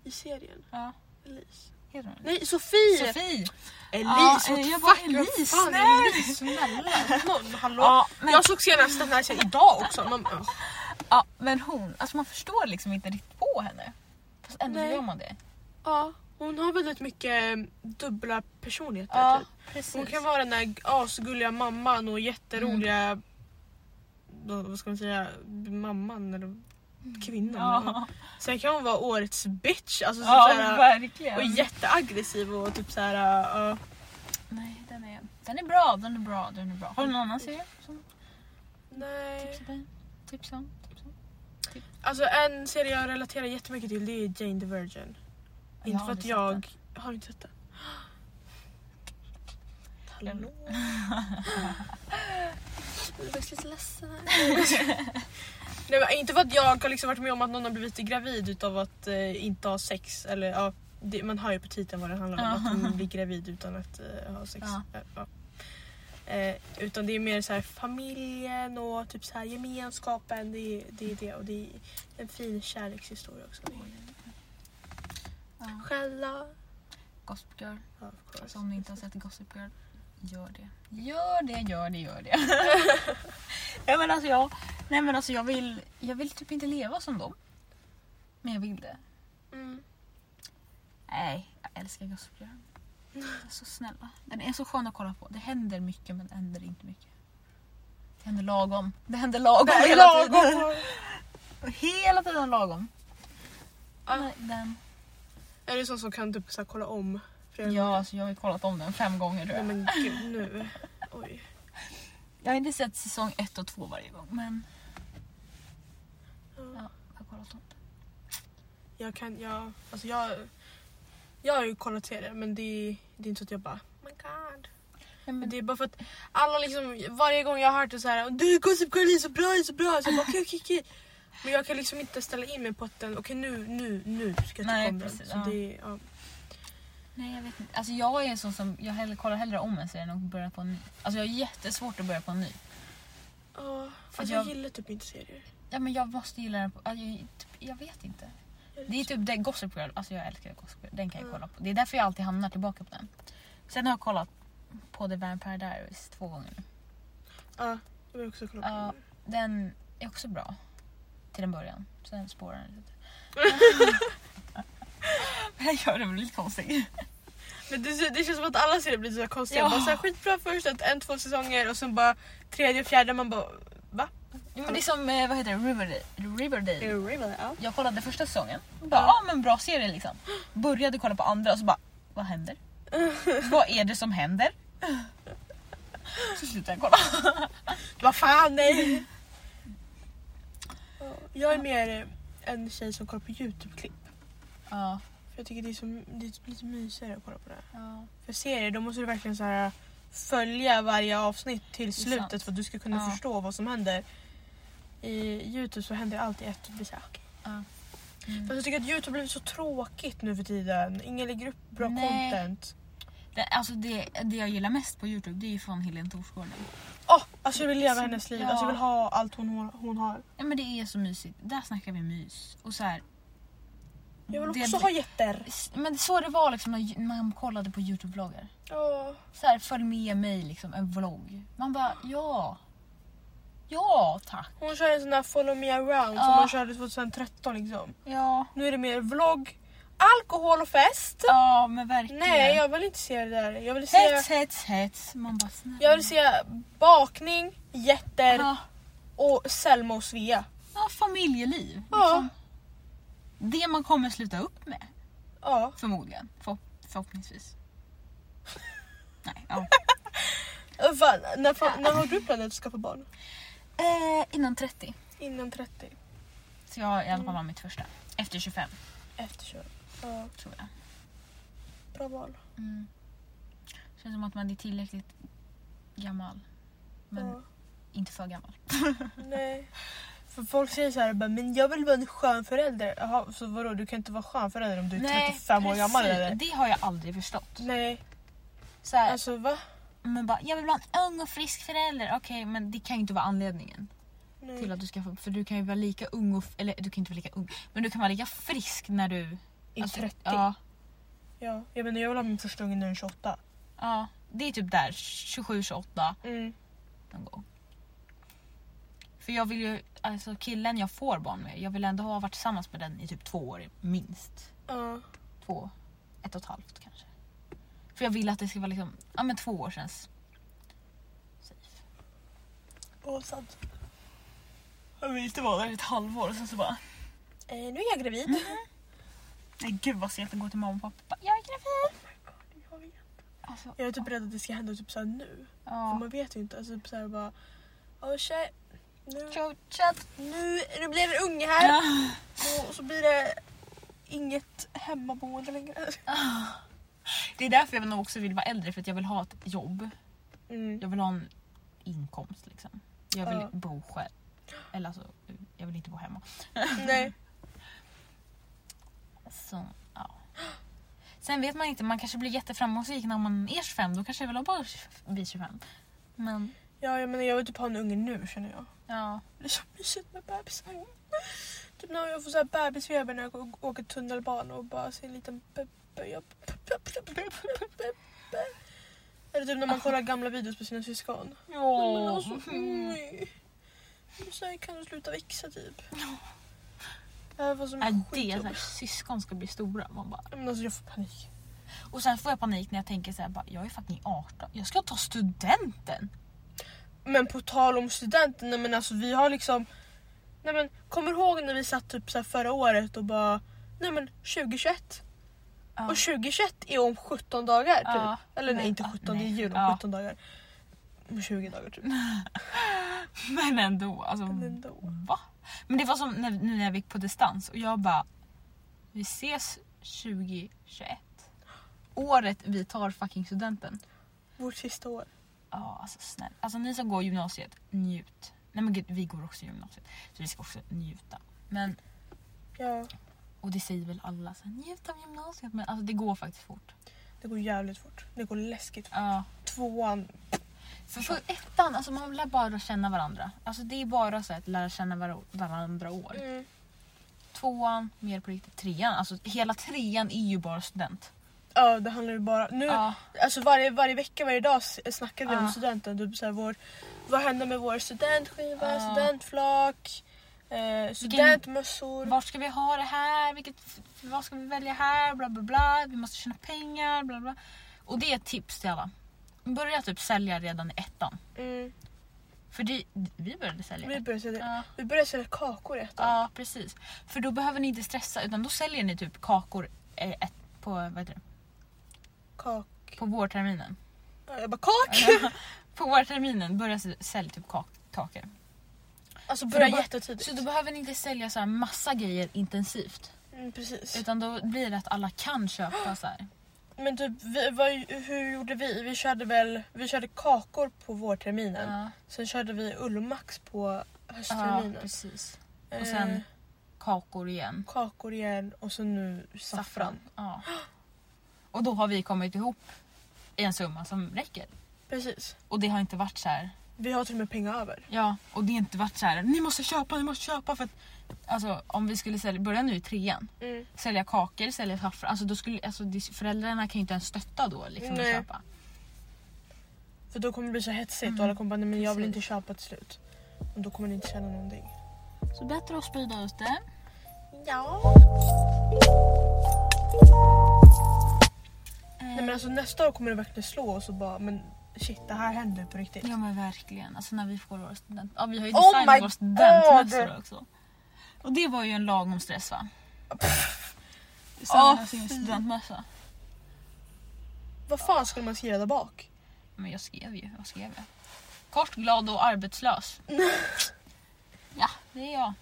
[SPEAKER 1] I serien.
[SPEAKER 2] Ja,
[SPEAKER 1] Elise.
[SPEAKER 2] heter hon det?
[SPEAKER 1] Nej Sofie!
[SPEAKER 2] Sofie!
[SPEAKER 1] Elise!
[SPEAKER 2] Ja,
[SPEAKER 1] what the
[SPEAKER 2] jag bara,
[SPEAKER 1] fuck, vad
[SPEAKER 2] Elise,
[SPEAKER 1] fan,
[SPEAKER 2] nej.
[SPEAKER 1] Elise, snälla! Någon, hallå?
[SPEAKER 2] Ja, men,
[SPEAKER 1] Jag såg senast den här tjejen idag också. Man, bara,
[SPEAKER 2] ja, men hon, alltså man förstår liksom inte riktigt på henne. Fast ändå
[SPEAKER 1] Nej.
[SPEAKER 2] gör man det.
[SPEAKER 1] ja, hon har väldigt mycket eh, dubbla personligheter.
[SPEAKER 2] Ja,
[SPEAKER 1] typ.
[SPEAKER 2] precis.
[SPEAKER 1] Hon kan vara den där asgulliga mamman och jätteroliga
[SPEAKER 2] Mm.
[SPEAKER 1] då, vad ska man säga, mamman eller kvinnan.
[SPEAKER 2] Mm. Ja,
[SPEAKER 1] Sen kan hon vara årets bitch alltså, typ
[SPEAKER 2] ja
[SPEAKER 1] såhär,
[SPEAKER 2] verkligen.
[SPEAKER 1] och jätteaggressiv och typ såhär... ja.
[SPEAKER 2] Nej, den är, den är bra, den är bra, den är bra. Har du någon annan serie som
[SPEAKER 1] nej.
[SPEAKER 2] tipsar dig? Tips om? Tips om?
[SPEAKER 1] Alltså en serie jag relaterar jättemycket till det är Jane the Virgin.
[SPEAKER 2] Jag
[SPEAKER 1] Inte
[SPEAKER 2] har
[SPEAKER 1] för att
[SPEAKER 2] aldrig sett
[SPEAKER 1] jag... Har du inte sett den? Hallå? Jag är faktiskt lite ledsen här. Nej, men inte för att jag har liksom varit med om att någon har blivit gravid utav att eh, inte ha sex. Eller, ja, det, man hör ju på titeln vad det handlar om.
[SPEAKER 2] Ja.
[SPEAKER 1] Att hon blir gravid utan att eh, ha sex.
[SPEAKER 2] Ja.
[SPEAKER 1] Eh, ja. Eh, utan det är mer så här familjen och typ så här gemenskapen. Det är, det är det. Och det är en fin kärlekshistoria också.
[SPEAKER 2] Ja.
[SPEAKER 1] Själva.
[SPEAKER 2] Gossip Girl.
[SPEAKER 1] Ja, of course.
[SPEAKER 2] Så om ni inte har sett Gossip Girl, gör det. Gör det, gör det, gör det. ja, men alltså jag, nej men alltså jag vill, jag vill typ inte leva som dem. Men jag vill det.
[SPEAKER 1] Mm.
[SPEAKER 2] Nej, jag älskar Gossip Girl. Så snälla. Den är så skön att kolla på. Det händer mycket men händer inte mycket. Det händer lagom. Det händer lagom hela tiden. Hela tiden lagom.
[SPEAKER 1] Ja.
[SPEAKER 2] Nej, Den.
[SPEAKER 1] Är det sån som kan typ så här kolla om? flera
[SPEAKER 2] Ja, alltså jag har ju kollat om den fem gånger tror
[SPEAKER 1] Nej
[SPEAKER 2] jag.
[SPEAKER 1] men gud nu. Oj.
[SPEAKER 2] Jag har inte sett säsong ett och två varje gång men
[SPEAKER 1] Ja.
[SPEAKER 2] ja, jag har kollat om den.
[SPEAKER 1] Jag kan, jag, alltså jag, jag har ju kollat serier men det, det är inte så att jag bara oh my god.
[SPEAKER 2] Nej, men
[SPEAKER 1] Men det är bara för att alla liksom, varje gång jag har hört det så här du Gossip Girl är så bra, är så bra. Så jag bara okej okej okej. Men jag kan liksom inte ställa in mig på att den, okej nu, nu, nu ska jag tycka
[SPEAKER 2] Nej,
[SPEAKER 1] om den.
[SPEAKER 2] precis,
[SPEAKER 1] Så
[SPEAKER 2] ja.
[SPEAKER 1] det, ja.
[SPEAKER 2] Nej jag vet inte. Alltså jag är en sån som, jag hellre, kollar hellre om en serie än att börja på en ny. Alltså jag har jättesvårt att börja på en ny.
[SPEAKER 1] Ja,
[SPEAKER 2] För
[SPEAKER 1] alltså jag
[SPEAKER 2] jag-
[SPEAKER 1] gillar typ inte serier.
[SPEAKER 2] Ja men jag måste gilla den på, alltså, jag, typ, jag vet inte. Det är typ det, Gossip Girl, alltså jag älskar Gossip Girl. Den kan jag
[SPEAKER 1] Mm.
[SPEAKER 2] kolla på. Det är därför jag alltid hamnar tillbaka på den. Sen har jag kollat på The Vampire Diaries två gånger nu.
[SPEAKER 1] Ja, jag vill också kolla på
[SPEAKER 2] Ja.
[SPEAKER 1] den.
[SPEAKER 2] Den är också bra. Till en början. Sen spårar den lite. Men jag gör den lite konstig.
[SPEAKER 1] Men det, det känns som att alla serier blir så här konstiga.
[SPEAKER 2] Ja.
[SPEAKER 1] Bara så här, skitbra först, ett, en, två säsonger och sen bara tredje och fjärde man bara va?
[SPEAKER 2] Jo, men det är som, eh, vad heter det, Riverdale. Riverdale.
[SPEAKER 1] Ja.
[SPEAKER 2] Jag kollade första säsongen. Bara, Mm. ja men bra serie liksom. Började kolla på andra och så bara, vad händer? vad är det som händer? Så slutade jag kolla.
[SPEAKER 1] Vad fan nej! jag är mer en tjej som kollar på Youtube-klipp.
[SPEAKER 2] Ja,
[SPEAKER 1] För jag tycker det är, så, det är typ lite mysigare att kolla på det. här.
[SPEAKER 2] ja.
[SPEAKER 1] För serier då måste du verkligen så här, äh, följa varje avsnitt till
[SPEAKER 2] Det är
[SPEAKER 1] slutet
[SPEAKER 2] sant.
[SPEAKER 1] för att du ska kunna
[SPEAKER 2] Ja.
[SPEAKER 1] förstå vad som händer. I Youtube så händer alltid ett. Det blir så här, okej.
[SPEAKER 2] Ja. Mm.
[SPEAKER 1] Fast jag tycker att Youtube har blivit så tråkigt nu för tiden. Ingen lägger upp bra
[SPEAKER 2] Nej.
[SPEAKER 1] content.
[SPEAKER 2] Det, alltså det, det jag gillar mest på Youtube det är ju fan Helene Torsgården.
[SPEAKER 1] Åh, alltså jag vill leva hennes liv.
[SPEAKER 2] Ja.
[SPEAKER 1] Alltså jag vill ha allt hon, har- hon har.
[SPEAKER 2] Ja, men det är så mysigt. Där snackar vi mys. Och så här,
[SPEAKER 1] Jag vill
[SPEAKER 2] Det
[SPEAKER 1] också
[SPEAKER 2] blir-
[SPEAKER 1] ha getter.
[SPEAKER 2] s- men så det var liksom när man kollade på Youtube-vloggar.
[SPEAKER 1] Ja.
[SPEAKER 2] Så här, följ med mig liksom, en vlogg. Man bara ja. Ja tack.
[SPEAKER 1] Hon kör en sån där follow me around som
[SPEAKER 2] Ja.
[SPEAKER 1] hon körde 2013 liksom.
[SPEAKER 2] Ja.
[SPEAKER 1] Nu är det mer vlogg, alkohol och fest.
[SPEAKER 2] Ja men verkligen.
[SPEAKER 1] Nej, jag vill inte se det där. Jag vill se,
[SPEAKER 2] Hets, hets, hets. Man bara snälla.
[SPEAKER 1] jag vill se bakning, getter
[SPEAKER 2] Ja,
[SPEAKER 1] och Selma och Svea.
[SPEAKER 2] ja, familjeliv.
[SPEAKER 1] Ja.
[SPEAKER 2] Liksom. Det man kommer sluta upp med.
[SPEAKER 1] Ja.
[SPEAKER 2] Förmodligen. Förhopp- förhoppningsvis. Nej, ja.
[SPEAKER 1] Äh, Fan, när, fan, när har du planerat att skaffa barn?
[SPEAKER 2] eh, innan 30.
[SPEAKER 1] Innan 30?
[SPEAKER 2] Så jag har i alla fall var mitt första. Efter 25
[SPEAKER 1] Efter 20? Ja,
[SPEAKER 2] tror jag.
[SPEAKER 1] bra val.
[SPEAKER 2] Mm. Känns som att man är tillräckligt gammal. Men
[SPEAKER 1] Ja.
[SPEAKER 2] inte för gammal.
[SPEAKER 1] Nej. För folk säger så här, bara, men jag vill vara en skön förälder. Jaha, så vadå du kan inte vara skön förälder om du är 35 år gammal
[SPEAKER 2] precis.
[SPEAKER 1] eller?
[SPEAKER 2] Det har jag aldrig förstått.
[SPEAKER 1] Nej,
[SPEAKER 2] Så här,
[SPEAKER 1] alltså va?
[SPEAKER 2] men bara, jag vill vara en ung och frisk förälder. Okej, men det kan ju inte vara anledningen
[SPEAKER 1] Nej.
[SPEAKER 2] till att du ska få... För du kan ju vara lika ung och... f- Eller du kan inte vara lika ung. Men du kan vara lika frisk när du...
[SPEAKER 1] I
[SPEAKER 2] alltså,
[SPEAKER 1] 30?
[SPEAKER 2] Ja.
[SPEAKER 1] Ja, jag menar jag vill ha min första unge när den är 28.
[SPEAKER 2] Ja, det är typ där 27-28
[SPEAKER 1] Mm.
[SPEAKER 2] någon gång. För jag vill ju, alltså killen jag får barn med, jag vill ändå ha varit tillsammans med den i typ två år minst.
[SPEAKER 1] Ja.
[SPEAKER 2] Två, ett och ett halvt kanske. För jag vill att det ska vara liksom, ja men två år känns safe.
[SPEAKER 1] Åh, sant.
[SPEAKER 2] Jag vill inte vara där i ett halvår och sen så bara,
[SPEAKER 1] Eh, nu är jag gravid.
[SPEAKER 2] nej gud vad sent att gå till mamma och pappa. Jag är gravid!
[SPEAKER 1] Jag vet.
[SPEAKER 2] Alltså,
[SPEAKER 1] Jag är typ rädd att det ska hända typ såhär nu. För
[SPEAKER 2] ja.
[SPEAKER 1] man vet ju inte. Alltså typ såhär bara... Åh tjej. Nu,
[SPEAKER 2] Tjotjat!
[SPEAKER 1] nu, nu blir det en unge här.
[SPEAKER 2] Ja.
[SPEAKER 1] Och så blir det inget hemmaboende längre.
[SPEAKER 2] Det är därför jag nog också vill vara äldre, för att jag vill ha ett jobb.
[SPEAKER 1] Mm.
[SPEAKER 2] Jag vill ha en inkomst liksom. Jag vill
[SPEAKER 1] Ja.
[SPEAKER 2] bo själv. Eller alltså, jag vill inte bo hemma.
[SPEAKER 1] Nej.
[SPEAKER 2] Så, ja. Sen vet man inte, man kanske blir jätteframgångsrik när man är 25. Då kanske jag vill ha bara bli 25. Men
[SPEAKER 1] Ja, jag menar jag vill typ ha en unge nu känner jag.
[SPEAKER 2] ja,
[SPEAKER 1] Det är så mysigt med bebisar. Typ när jag får så här bebisfeber när jag går- åker tunnelbana och bara ser en liten bebbe. Jag- Eller typ när man kollar gamla videos på sina syskon. Men alltså,
[SPEAKER 2] mm.
[SPEAKER 1] oj. Men Så här kan du sluta växa typ. Det här var som
[SPEAKER 2] är det så här,
[SPEAKER 1] skitjobb.
[SPEAKER 2] syskon ska bli stora. Man bara.
[SPEAKER 1] Men alltså jag får panik.
[SPEAKER 2] Och sen får jag panik när jag tänker så här, bara, jag är fucking 18. Jag ska ta studenten.
[SPEAKER 1] Men på tal om studenten, nej men alltså vi har liksom... Nej men kommer du ihåg när vi satt typ så här förra året och bara... Nej men 2021.
[SPEAKER 2] Ja.
[SPEAKER 1] Och 2021 är om 17 dagar typ.
[SPEAKER 2] Ja.
[SPEAKER 1] Eller nej
[SPEAKER 2] Men-
[SPEAKER 1] inte
[SPEAKER 2] ah,
[SPEAKER 1] 17, det är
[SPEAKER 2] nej.
[SPEAKER 1] jul om
[SPEAKER 2] Ja.
[SPEAKER 1] 17 dagar. Om 20 dagar typ.
[SPEAKER 2] Men ändå. Alltså,
[SPEAKER 1] Men ändå.
[SPEAKER 2] Va? Men det var som när, nu när jag gick på distans och jag bara Vi ses 2021. Året vi tar fucking studenten.
[SPEAKER 1] Vårt sista år.
[SPEAKER 2] Ja alltså snälla. Alltså ni som går gymnasiet, njut. Nej men gud vi går också gymnasiet. Så vi ska också njuta. Men,
[SPEAKER 1] Ja,
[SPEAKER 2] och det säger väl alla så här, njut av gymnasiet. Men alltså det går faktiskt fort.
[SPEAKER 1] det går jävligt fort. Det går läskigt fort.
[SPEAKER 2] Ja.
[SPEAKER 1] Tvåan.
[SPEAKER 2] För, för ettan, alltså man lär bara känna varandra. Alltså det är bara så här att lära känna var- varandra år.
[SPEAKER 1] Mm.
[SPEAKER 2] Tvåan, mer på riktigt. Trean, alltså hela trean är ju bara student.
[SPEAKER 1] Ja, det handlar ju bara... Nu,
[SPEAKER 2] Ja.
[SPEAKER 1] Alltså varje, varje vecka, varje dag s- snackar vi om
[SPEAKER 2] Ja.
[SPEAKER 1] studenten. Typ så här, vår, vad hände med vår studentskiva,
[SPEAKER 2] Ja.
[SPEAKER 1] studentflak, eh, studentmössor.
[SPEAKER 2] Vart ska vi ha det här? Vilket, vad ska vi välja här? Bla bla bla. Vi måste tjäna pengar. Bla bla. Och det är ett tips till alla. Börja typ sälja redan i ettan.
[SPEAKER 1] Mm.
[SPEAKER 2] För det, vi började sälja.
[SPEAKER 1] Vi började sälja,
[SPEAKER 2] Ja.
[SPEAKER 1] vi började sälja kakor i ettan.
[SPEAKER 2] ja, precis. För då behöver ni inte stressa utan då säljer ni typ kakor eh, ett, på, vad heter det?
[SPEAKER 1] Kak.
[SPEAKER 2] på vårterminen.
[SPEAKER 1] Ja, Jag bara kak!
[SPEAKER 2] På vårterminen börja s- sälja typ kak, kakor.
[SPEAKER 1] Alltså börja
[SPEAKER 2] bara-
[SPEAKER 1] jättetidigt.
[SPEAKER 2] Så då behöver ni inte sälja så här massa grejer intensivt.
[SPEAKER 1] Mm, precis.
[SPEAKER 2] Utan då blir det att alla kan köpa så här.
[SPEAKER 1] Men typ, vi, vad, hur gjorde vi? Vi körde väl vi körde kakor på vårterminen.
[SPEAKER 2] Ja,
[SPEAKER 1] Sen körde vi ullmax på
[SPEAKER 2] ja
[SPEAKER 1] höstterminen.
[SPEAKER 2] precis. Och sen
[SPEAKER 1] Eh,
[SPEAKER 2] kakor igen.
[SPEAKER 1] kakor igen och så nu saffran.
[SPEAKER 2] Ja. Och då har vi kommit ihop i en summa som räcker.
[SPEAKER 1] Precis.
[SPEAKER 2] Och det har inte varit så här.
[SPEAKER 1] Vi har till och med pengar över.
[SPEAKER 2] Ja, och det har inte varit så här. Ni måste köpa, ni måste köpa för att alltså om vi skulle sälja, börja nu i trean,
[SPEAKER 1] Mm.
[SPEAKER 2] sälja kakor, sälja saffran. Alltså då skulle alltså det- föräldrarna kan ju inte ens stötta då liksom att
[SPEAKER 1] Nej.
[SPEAKER 2] köpa.
[SPEAKER 1] För då kommer det bli så hetsigt
[SPEAKER 2] Mm.
[SPEAKER 1] och alla kommer bara nej men jag vill
[SPEAKER 2] Precis.
[SPEAKER 1] inte köpa till slut. Och då kommer ni inte känna någonting.
[SPEAKER 2] Så bättre att sprida ut det.
[SPEAKER 1] Ja. Nej men alltså nästa år kommer det verkligen slå oss och bara men shit det här händer på riktigt.
[SPEAKER 2] Ja men verkligen. Alltså när vi får vår student... Ja vi har ju
[SPEAKER 1] Oh
[SPEAKER 2] designat
[SPEAKER 1] my
[SPEAKER 2] våra studentmössor också. Och det var ju en lagom stress va? Designa
[SPEAKER 1] Åh,
[SPEAKER 2] sin
[SPEAKER 1] fy.
[SPEAKER 2] studentmössa.
[SPEAKER 1] Vad fan skulle man skriva där bak?
[SPEAKER 2] Men jag skrev ju, vad skrev jag? Kort, glad och arbetslös. ja, det är jag.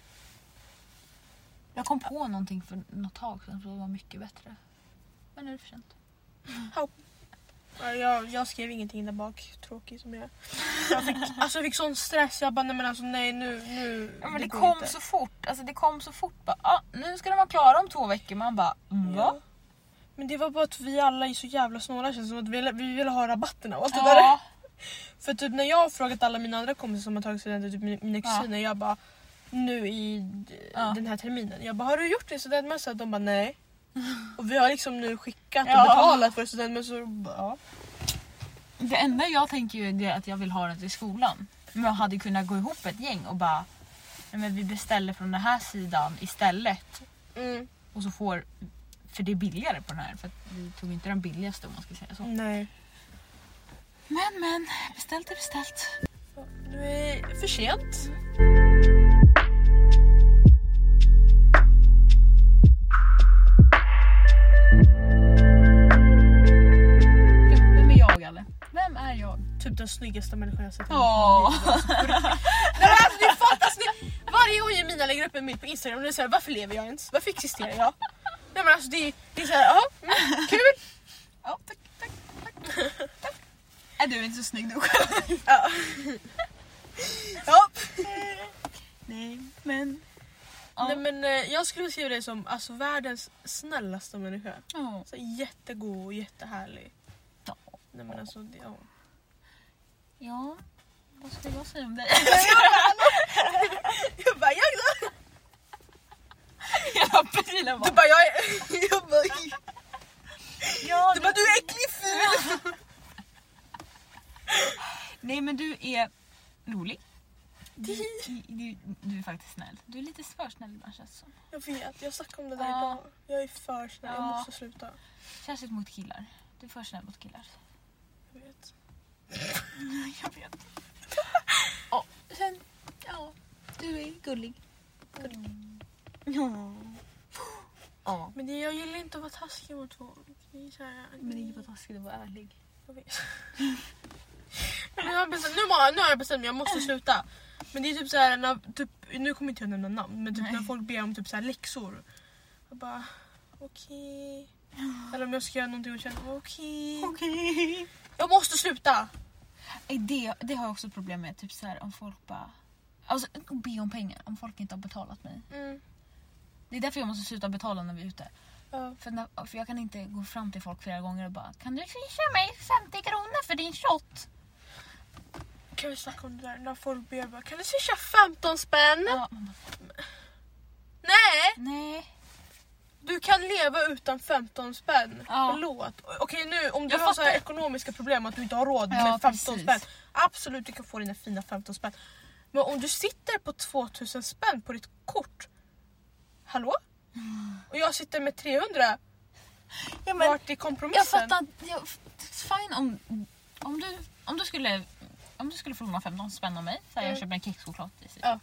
[SPEAKER 2] Jag kom på någonting för något tag sedan som var mycket bättre. Men nu är det för sent.
[SPEAKER 1] Ja, Jag, jag skrev ingenting där bak, tråkig som jag är. Jag fick, alltså jag fick sån stress, jag bara nej men alltså nej nu, nu.
[SPEAKER 2] Ja, men det,
[SPEAKER 1] går
[SPEAKER 2] kom
[SPEAKER 1] inte.
[SPEAKER 2] så fort. Alltså det kom så fort. Bara, ah, nu ska de vara klara om två veckor. Man bara, va?
[SPEAKER 1] Ja. Men det var bara att vi alla är så jävla snåla känns som att vi, vi vill ha rabatterna och allt det där.
[SPEAKER 2] Ja,
[SPEAKER 1] För typ när jag har frågat alla mina andra kompisar som har tagit studenten, typ min- mina kusiner, jag bara nu i d-
[SPEAKER 2] Ja.
[SPEAKER 1] den här terminen. Jag bara har du gjort din studentmössa? De bara nej. Och vi har liksom nu skickat och
[SPEAKER 2] Ja.
[SPEAKER 1] betalat för studentmössor. och bara, Ja.
[SPEAKER 2] det enda jag tänker ju är det att jag vill ha den till skolan. Men jag hade kunnat gå ihop ett gäng och bara, nej men vi beställer från den här sidan istället.
[SPEAKER 1] Mm.
[SPEAKER 2] Och så får... För det är billigare på den här. För att vi tog inte den billigaste om man ska säga så.
[SPEAKER 1] Nej.
[SPEAKER 2] Men men, beställt är beställt.
[SPEAKER 1] Nu är det för sent.
[SPEAKER 2] Vem är jag eller? Vem är jag?
[SPEAKER 1] Typ den snyggaste människan jag sett.
[SPEAKER 2] Åh.
[SPEAKER 1] Nej, men alltså, det fattas ni? Varje gång Jemina lägger upp en bild på Instagram och det är såhär varför lever jag ens? Varför existerar jag? Nej men alltså det är, det är såhär, ja, mm, kul.
[SPEAKER 2] Ja, tack, tack, tack, tack. Är du inte så snygg du själv?
[SPEAKER 1] Ja. ja.
[SPEAKER 2] Nej, men...
[SPEAKER 1] Nej men eh, jag skulle beskriva dig som alltså, världens snällaste människa.
[SPEAKER 2] Ja.
[SPEAKER 1] Så jättegod och jättehärlig.
[SPEAKER 2] Ja.
[SPEAKER 1] Nej men alltså det, ja.
[SPEAKER 2] ja, vad ska jag säga om dig?
[SPEAKER 1] Jag bara jag då?
[SPEAKER 2] Hela bilen
[SPEAKER 1] Du bara jag är... Jag bara,
[SPEAKER 2] Ja,
[SPEAKER 1] du bara du är äcklig ful!
[SPEAKER 2] Nej men du är rolig. Du, du, du är faktiskt snäll. Du är lite för snäll ibland känns det som.
[SPEAKER 1] Jag vet, jag snackade om det där
[SPEAKER 2] Ja.
[SPEAKER 1] idag. Jag är för snäll, jag
[SPEAKER 2] Ja.
[SPEAKER 1] måste sluta.
[SPEAKER 2] Särskilt mot killar. Du är för snäll mot killar.
[SPEAKER 1] Jag vet.
[SPEAKER 2] Jag vet. Ja, sen, ja, du är gullig. Gullig. Ja. Ja.
[SPEAKER 1] Men det, jag gillar inte att vara taskig mot folk. Det är så här,
[SPEAKER 2] Men inte vara taskig, du var ärlig.
[SPEAKER 1] Jag vet. Men jag har bestämt, nu, har- nu har jag bestämt mig, jag måste sluta. Men det är typ så här, när, typ, nu kommer inte jag nämna namn, men typ
[SPEAKER 2] Nej.
[SPEAKER 1] när folk ber om typ så här läxor. Jag bara okej. Eller om jag ska göra någonting och känner okej.
[SPEAKER 2] Okej.
[SPEAKER 1] Jag måste sluta!
[SPEAKER 2] Det, det har jag också problem med, typ så här, om folk bara... Alltså be om pengar om folk inte har betalat mig.
[SPEAKER 1] Mm.
[SPEAKER 2] Det är därför jag måste sluta betala när vi är ute.
[SPEAKER 1] Ja.
[SPEAKER 2] För, när, för jag kan inte gå fram till folk flera gånger och bara Kan du swisha mig 50 kronor för din shot?
[SPEAKER 1] Kan vi snacka om det där när folk ber bara, kan du swisha 15 spänn?
[SPEAKER 2] Ja, man bara,
[SPEAKER 1] Nej!
[SPEAKER 2] Nej.
[SPEAKER 1] Du kan leva utan 15 spänn.
[SPEAKER 2] Ja.
[SPEAKER 1] Förlåt. Okej nu om du
[SPEAKER 2] Jag
[SPEAKER 1] har så här
[SPEAKER 2] fattar.
[SPEAKER 1] ekonomiska problem att du inte har råd
[SPEAKER 2] Ja,
[SPEAKER 1] med 15
[SPEAKER 2] precis.
[SPEAKER 1] spänn. Absolut du kan få dina fina 15 spänn. Men om du sitter på 2000 spänn på ditt kort. Hallå? Och jag sitter med 300. Vart är kompromissen?
[SPEAKER 2] Jag fattar inte. jag- Fine om, om, du, om, du skulle, om du skulle få låna 15 spänn av mig, så här, jag
[SPEAKER 1] Mm.
[SPEAKER 2] köper en kexchoklad till dig.
[SPEAKER 1] Ja.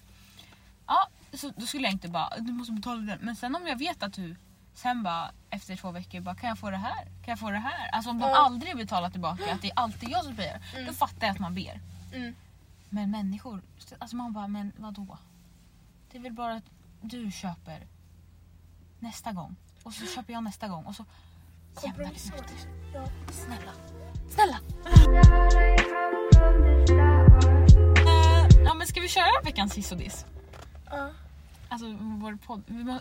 [SPEAKER 2] Ja, så då skulle jag inte bara, du måste betala den. Men sen om jag vet att du sen bara efter två veckor bara, kan jag få det här? Kan jag få det här? Alltså om de
[SPEAKER 1] Ja.
[SPEAKER 2] aldrig betalar tillbaka, att det är alltid jag som ber, då
[SPEAKER 1] Mm.
[SPEAKER 2] fattar jag att man ber.
[SPEAKER 1] Mm.
[SPEAKER 2] Men människor, alltså man bara, men vadå? Det är väl bara att du köper nästa gång och så köper jag nästa gång och så jämnar det ut
[SPEAKER 1] Kompromissar.
[SPEAKER 2] sig.
[SPEAKER 1] Ja.
[SPEAKER 2] Snälla. Snälla! ja men ska vi köra veckans hiss och diss?
[SPEAKER 1] Ja.
[SPEAKER 2] Alltså vår podd. Vi, må,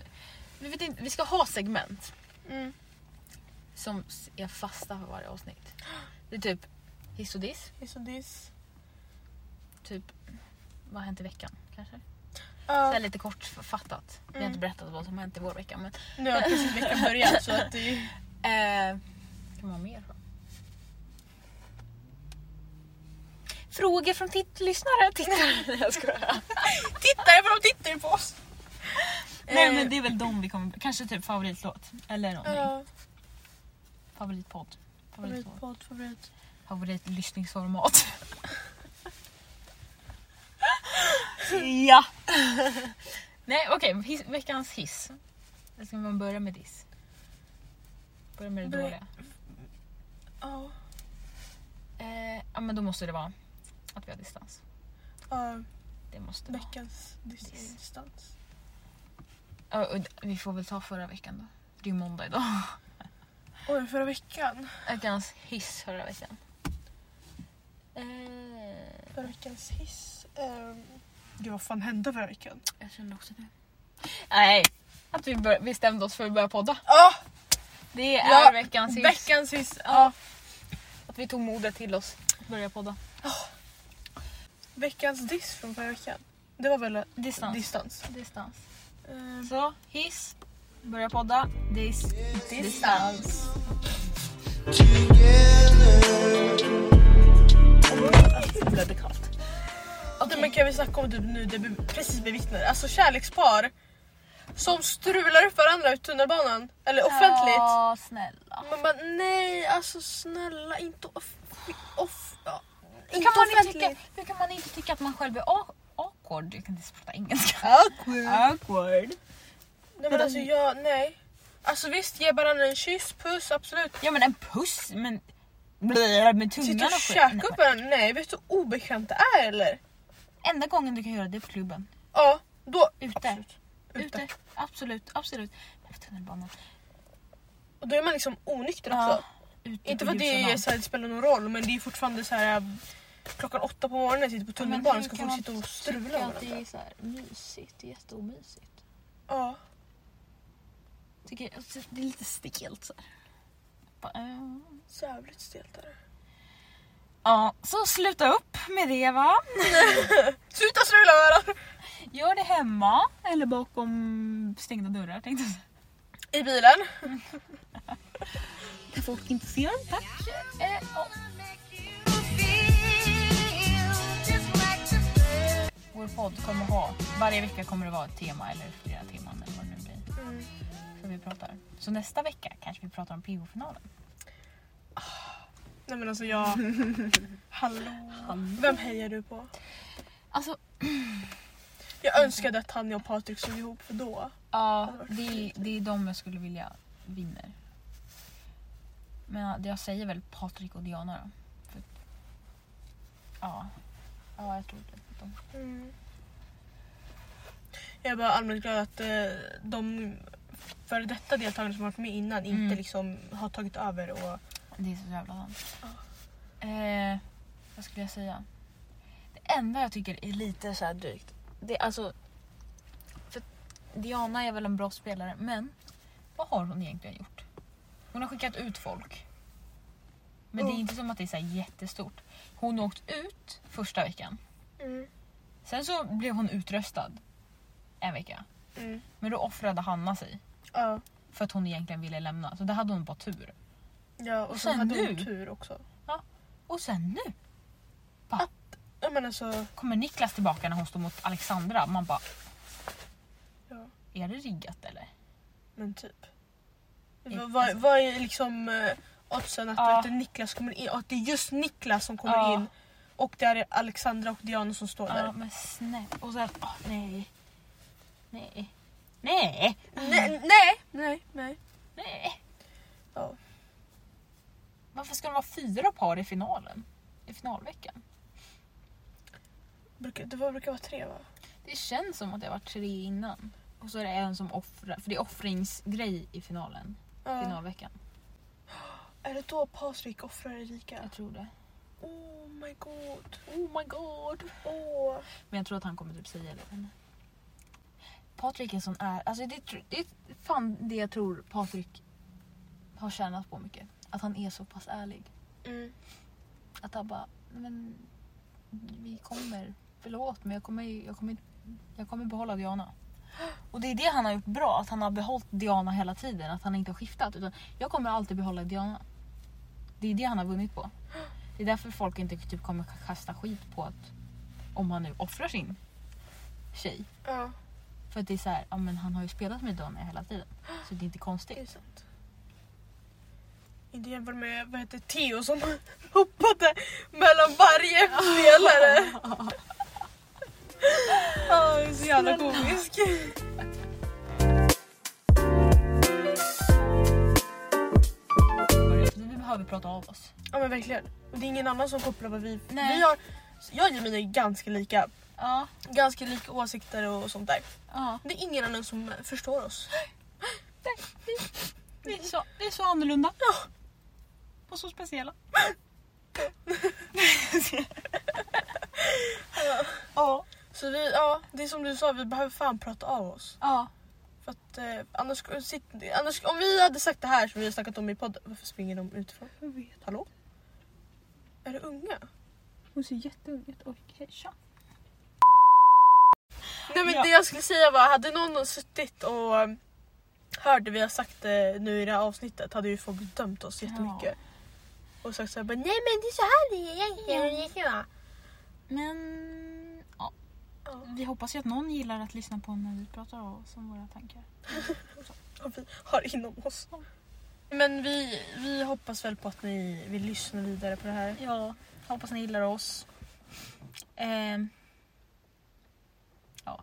[SPEAKER 2] vi, vet inte, vi ska ha segment
[SPEAKER 1] Mm.
[SPEAKER 2] som s- är fasta för varje avsnitt. Det är typ hiss och diss.
[SPEAKER 1] Hiss och diss.
[SPEAKER 2] Typ vad har hänt i veckan kanske? Så
[SPEAKER 1] Ja,
[SPEAKER 2] här lite kortfattat. Vi har inte berättat vad som har hänt i vår vecka. Men,
[SPEAKER 1] nu har precis veckan börjat så att det
[SPEAKER 2] eh, kan man ha mer? då? Frågor från titt- lyssnare. Tittare. Nej, jag skojar.
[SPEAKER 1] Tittare vad de tittar ju på oss!
[SPEAKER 2] Nej men det är väl de vi kommer... Kanske typ favoritlåt. Eller någonting.
[SPEAKER 1] Eh. Ja,
[SPEAKER 2] Favoritpodd. Favoritpodd.
[SPEAKER 1] favoritpodd, favorit.
[SPEAKER 2] Favoritlyssningsformat. ja! Nej okej, his- veckans hiss. Eller Ska man börja med diss? Börja med det
[SPEAKER 1] Börja-
[SPEAKER 2] dåliga.
[SPEAKER 1] Ja,
[SPEAKER 2] Eh, ja men då måste det vara att vi har distans.
[SPEAKER 1] ja,
[SPEAKER 2] Det måste det vara.
[SPEAKER 1] veckans distans.
[SPEAKER 2] Ja, och d- vi får väl ta förra veckan då. Det är ju måndag idag.
[SPEAKER 1] Oj, förra veckan.
[SPEAKER 2] Veckans hiss förra veckan. Eh,
[SPEAKER 1] Förra veckans hiss. Um, gud vad fan hände förra veckan?
[SPEAKER 2] jag kände också det. Nej, att vi bör- bestämde oss för att börja podda.
[SPEAKER 1] Ja,
[SPEAKER 2] Det är
[SPEAKER 1] Ja,
[SPEAKER 2] veckans hiss.
[SPEAKER 1] veckans hiss. Ja.
[SPEAKER 2] Att vi tog modet till oss att börja podda.
[SPEAKER 1] Veckans diss från förra veckan. Det var väl
[SPEAKER 2] Distans.
[SPEAKER 1] distans.
[SPEAKER 2] Distans.
[SPEAKER 1] Ehm,
[SPEAKER 2] Mm. Så, hiss. Börja podda. Dis.
[SPEAKER 1] distans. Alltså,
[SPEAKER 2] Det blev kallt.
[SPEAKER 1] Nej, men kan vi snacka om typ nu det vi precis bevittnade? Alltså kärlekspar som strular upp varandra ut tunnelbanan. Eller offentligt.
[SPEAKER 2] Ja, snälla.
[SPEAKER 1] Man bara nej, alltså snälla inte off... off ja.
[SPEAKER 2] Hur
[SPEAKER 1] Inte
[SPEAKER 2] kan, man inte
[SPEAKER 1] offentligt.
[SPEAKER 2] tycka, hur kan man inte tycka att man själv är au- awkward? Jag kan inte prata engelska.
[SPEAKER 1] Awkward.
[SPEAKER 2] Awkward.
[SPEAKER 1] Nej men alltså jag, nej. Alltså visst ge varandra en kyss, puss absolut.
[SPEAKER 2] Ja men en puss, men... Blä, med tungan
[SPEAKER 1] Sitta och
[SPEAKER 2] skit. Nej,
[SPEAKER 1] käka
[SPEAKER 2] men
[SPEAKER 1] upp varandra, nej vet du hur obekvämt det är eller?
[SPEAKER 2] Enda gången du kan göra det är på klubben.
[SPEAKER 1] Ja, då.
[SPEAKER 2] Ute.
[SPEAKER 1] Absolut. Ute.
[SPEAKER 2] Ute. Absolut, absolut. Nej, för Tunnelbanan.
[SPEAKER 1] Och då är man liksom onykter
[SPEAKER 2] Ja,
[SPEAKER 1] också.
[SPEAKER 2] Ute
[SPEAKER 1] Inte
[SPEAKER 2] på
[SPEAKER 1] för att det, är,
[SPEAKER 2] ljusan
[SPEAKER 1] så här, det spelar någon roll men det är fortfarande så här klockan åtta på morgonen sitter på
[SPEAKER 2] Ja, men
[SPEAKER 1] tunnelbanan
[SPEAKER 2] hur
[SPEAKER 1] ska
[SPEAKER 2] kan
[SPEAKER 1] folk
[SPEAKER 2] man
[SPEAKER 1] sitta och
[SPEAKER 2] dagen.
[SPEAKER 1] strula
[SPEAKER 2] Tycker
[SPEAKER 1] med
[SPEAKER 2] att det
[SPEAKER 1] varandra.
[SPEAKER 2] är så här mysigt, det är jätteomysigt.
[SPEAKER 1] Ja.
[SPEAKER 2] Tycker alltså, det är lite stelt så här. Bara, eh.
[SPEAKER 1] Jävligt stelt är det.
[SPEAKER 2] Ja, så sluta upp med det va.
[SPEAKER 1] Sluta strula med varandra!
[SPEAKER 2] Gör det hemma eller bakom stängda dörrar tänkte jag
[SPEAKER 1] I
[SPEAKER 2] säga.
[SPEAKER 1] bilen.
[SPEAKER 2] Kan folk inte se den? Tack. Eh, ja. Vår podd kommer ha, varje vecka kommer det vara ett tema eller flera teman eller vad det nu blir.
[SPEAKER 1] Mm.
[SPEAKER 2] Som vi pratar. Så nästa vecka kanske vi pratar om PO-finalen.
[SPEAKER 1] Nej men alltså jag... Hallå. Vem hejar du på?
[SPEAKER 2] Alltså, Mm.
[SPEAKER 1] Jag önskade att Tanja och Patrik såg ihop för då.
[SPEAKER 2] ja, det, det är de jag skulle vilja vinner. Men jag säger väl Patrik och Diana då. För, ja. ja, jag tror det. De,
[SPEAKER 1] Mm. Jag är bara allmänt glad att eh, de före detta deltagarna som varit med innan inte
[SPEAKER 2] Mm.
[SPEAKER 1] liksom har tagit över och...
[SPEAKER 2] Det är så jävla sant. Eh, vad skulle jag säga? Det enda jag tycker är lite så här drygt. Det är alltså... För Diana är väl en bra spelare, men vad har hon egentligen gjort? Hon har skickat ut folk. Men det är
[SPEAKER 1] Mm.
[SPEAKER 2] inte som att det är så här jättestort. Hon har åkt ut första veckan.
[SPEAKER 1] Mm.
[SPEAKER 2] Sen så blev hon utröstad en vecka.
[SPEAKER 1] Mm.
[SPEAKER 2] Men då offrade Hanna sig
[SPEAKER 1] Ja.
[SPEAKER 2] för att hon egentligen ville lämna. Så det hade hon bara tur.
[SPEAKER 1] ja, och
[SPEAKER 2] Och
[SPEAKER 1] sen
[SPEAKER 2] sen
[SPEAKER 1] hade hon
[SPEAKER 2] nu?
[SPEAKER 1] tur också.
[SPEAKER 2] Och sen nu
[SPEAKER 1] Ja men alltså...
[SPEAKER 2] kommer Niklas tillbaka när hon står mot Alexandra. Man bara...
[SPEAKER 1] Ja.
[SPEAKER 2] Är det riggat eller?
[SPEAKER 1] Men typ.
[SPEAKER 2] I-
[SPEAKER 1] Vad vad- vad är liksom eh, oddsen att,
[SPEAKER 2] Ja.
[SPEAKER 1] att Niklas kommer in och att det är just Niklas som kommer
[SPEAKER 2] Ja.
[SPEAKER 1] in och det är Alexandra och Diana som står
[SPEAKER 2] Ja
[SPEAKER 1] där.
[SPEAKER 2] men snälla. Och sen, åh nej. Nej. Nej.
[SPEAKER 1] Nej, nej, nej. nej.
[SPEAKER 2] Nej.
[SPEAKER 1] Ja.
[SPEAKER 2] Varför ska de vara fyra par i finalen? I finalveckan?
[SPEAKER 1] Brukar, det var, brukar vara tre va?
[SPEAKER 2] Det känns som att det har varit tre innan. Och så är det en som offrar, för det är offringsgrej i finalen.
[SPEAKER 1] Ja.
[SPEAKER 2] Finalveckan.
[SPEAKER 1] Är det då Patrik offrar Erika?
[SPEAKER 2] Jag tror det.
[SPEAKER 1] Oh my god.
[SPEAKER 2] Oh my god.
[SPEAKER 1] Åh.
[SPEAKER 2] Men jag tror att han kommer typ säga det. Men... Patrik är sån är... Alltså det, tr- det är fan det jag tror Patrik har tjänat på mycket. Att han är så pass ärlig.
[SPEAKER 1] Mm.
[SPEAKER 2] Att han bara, men vi kommer, förlåt men jag kommer, jag kommer, jag kommer behålla Diana. Och det är det han har gjort bra, att han har behållit Diana hela tiden, att han inte har skiftat. Utan jag kommer alltid behålla Diana. Det är det han har vunnit på. Det är därför folk inte typ kommer kasta skit på att om han nu offrar sin tjej.
[SPEAKER 1] Ja,
[SPEAKER 2] För att det är så här, ja men han har ju spelat med Diana hela tiden. Så det är
[SPEAKER 1] det
[SPEAKER 2] inte
[SPEAKER 1] är
[SPEAKER 2] konstigt.
[SPEAKER 1] sant. Inte jämfört med vad heter Theo som hoppade mellan varje spelare. Ja, det är så jävla
[SPEAKER 2] Snälla.
[SPEAKER 1] komisk.
[SPEAKER 2] Vi behöver prata av oss.
[SPEAKER 1] Ja men verkligen. Och det är ingen annan som kopplar vad vi...
[SPEAKER 2] Nej.
[SPEAKER 1] vi har, jag och Jamina är ganska lika.
[SPEAKER 2] Ja,
[SPEAKER 1] Ganska lika åsikter och sånt där.
[SPEAKER 2] ja.
[SPEAKER 1] Det är ingen annan som förstår oss.
[SPEAKER 2] Vi är så, vi är så annorlunda.
[SPEAKER 1] Ja.
[SPEAKER 2] Och så speciella. ja.
[SPEAKER 1] Så vi, ja, det är som du sa, vi behöver fan prata av oss.
[SPEAKER 2] Ja.
[SPEAKER 1] För att, eh, annars, skulle- sitt, annars, om vi hade sagt det här som vi har snackat om i podden, varför springer de utifrån? Jag vet. Hallå? Är det unga?
[SPEAKER 2] Hon ser jätteung ut. Oj, hej, tja.
[SPEAKER 1] Nej men
[SPEAKER 2] Ja.
[SPEAKER 1] det jag skulle säga var, hade någon suttit och eh, hört det vi har sagt eh, nu i det här avsnittet hade ju folk dömt oss jättemycket. Och sagt såhär, nej men det är så här det är egentligen. Ja.
[SPEAKER 2] Men... Ja.
[SPEAKER 1] Ja.
[SPEAKER 2] Vi hoppas ju att någon gillar att lyssna på när vi pratar av oss om våra tankar.
[SPEAKER 1] Och vi har inom oss. Men vi, vi hoppas väl på att ni vill lyssna vidare på det här.
[SPEAKER 2] Ja, hoppas ni gillar oss. Ehm. Ja.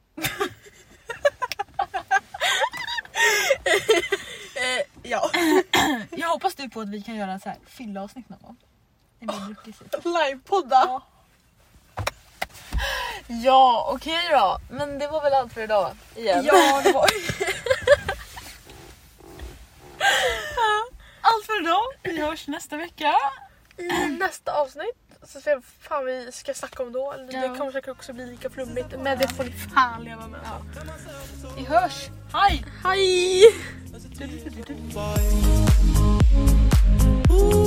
[SPEAKER 1] Eh, ja.
[SPEAKER 2] Jag hoppas du på att vi kan göra så här fylla avsnitt någon gång. När vi har druckit lite.
[SPEAKER 1] Livepodda.
[SPEAKER 2] Ja. Ja, okej då. Men det var väl allt för idag igen.
[SPEAKER 1] Ja, det var...
[SPEAKER 2] Allt för idag. Vi hörs nästa vecka.
[SPEAKER 1] I nästa avsnitt så ser vi vad fan vi ska snacka om då. Eller
[SPEAKER 2] Ja.
[SPEAKER 1] Det kommer säkert också bli lika flummigt men det får ni fan leva med.
[SPEAKER 2] Vi hörs. Hej!
[SPEAKER 1] Hej!
[SPEAKER 3] Ooh.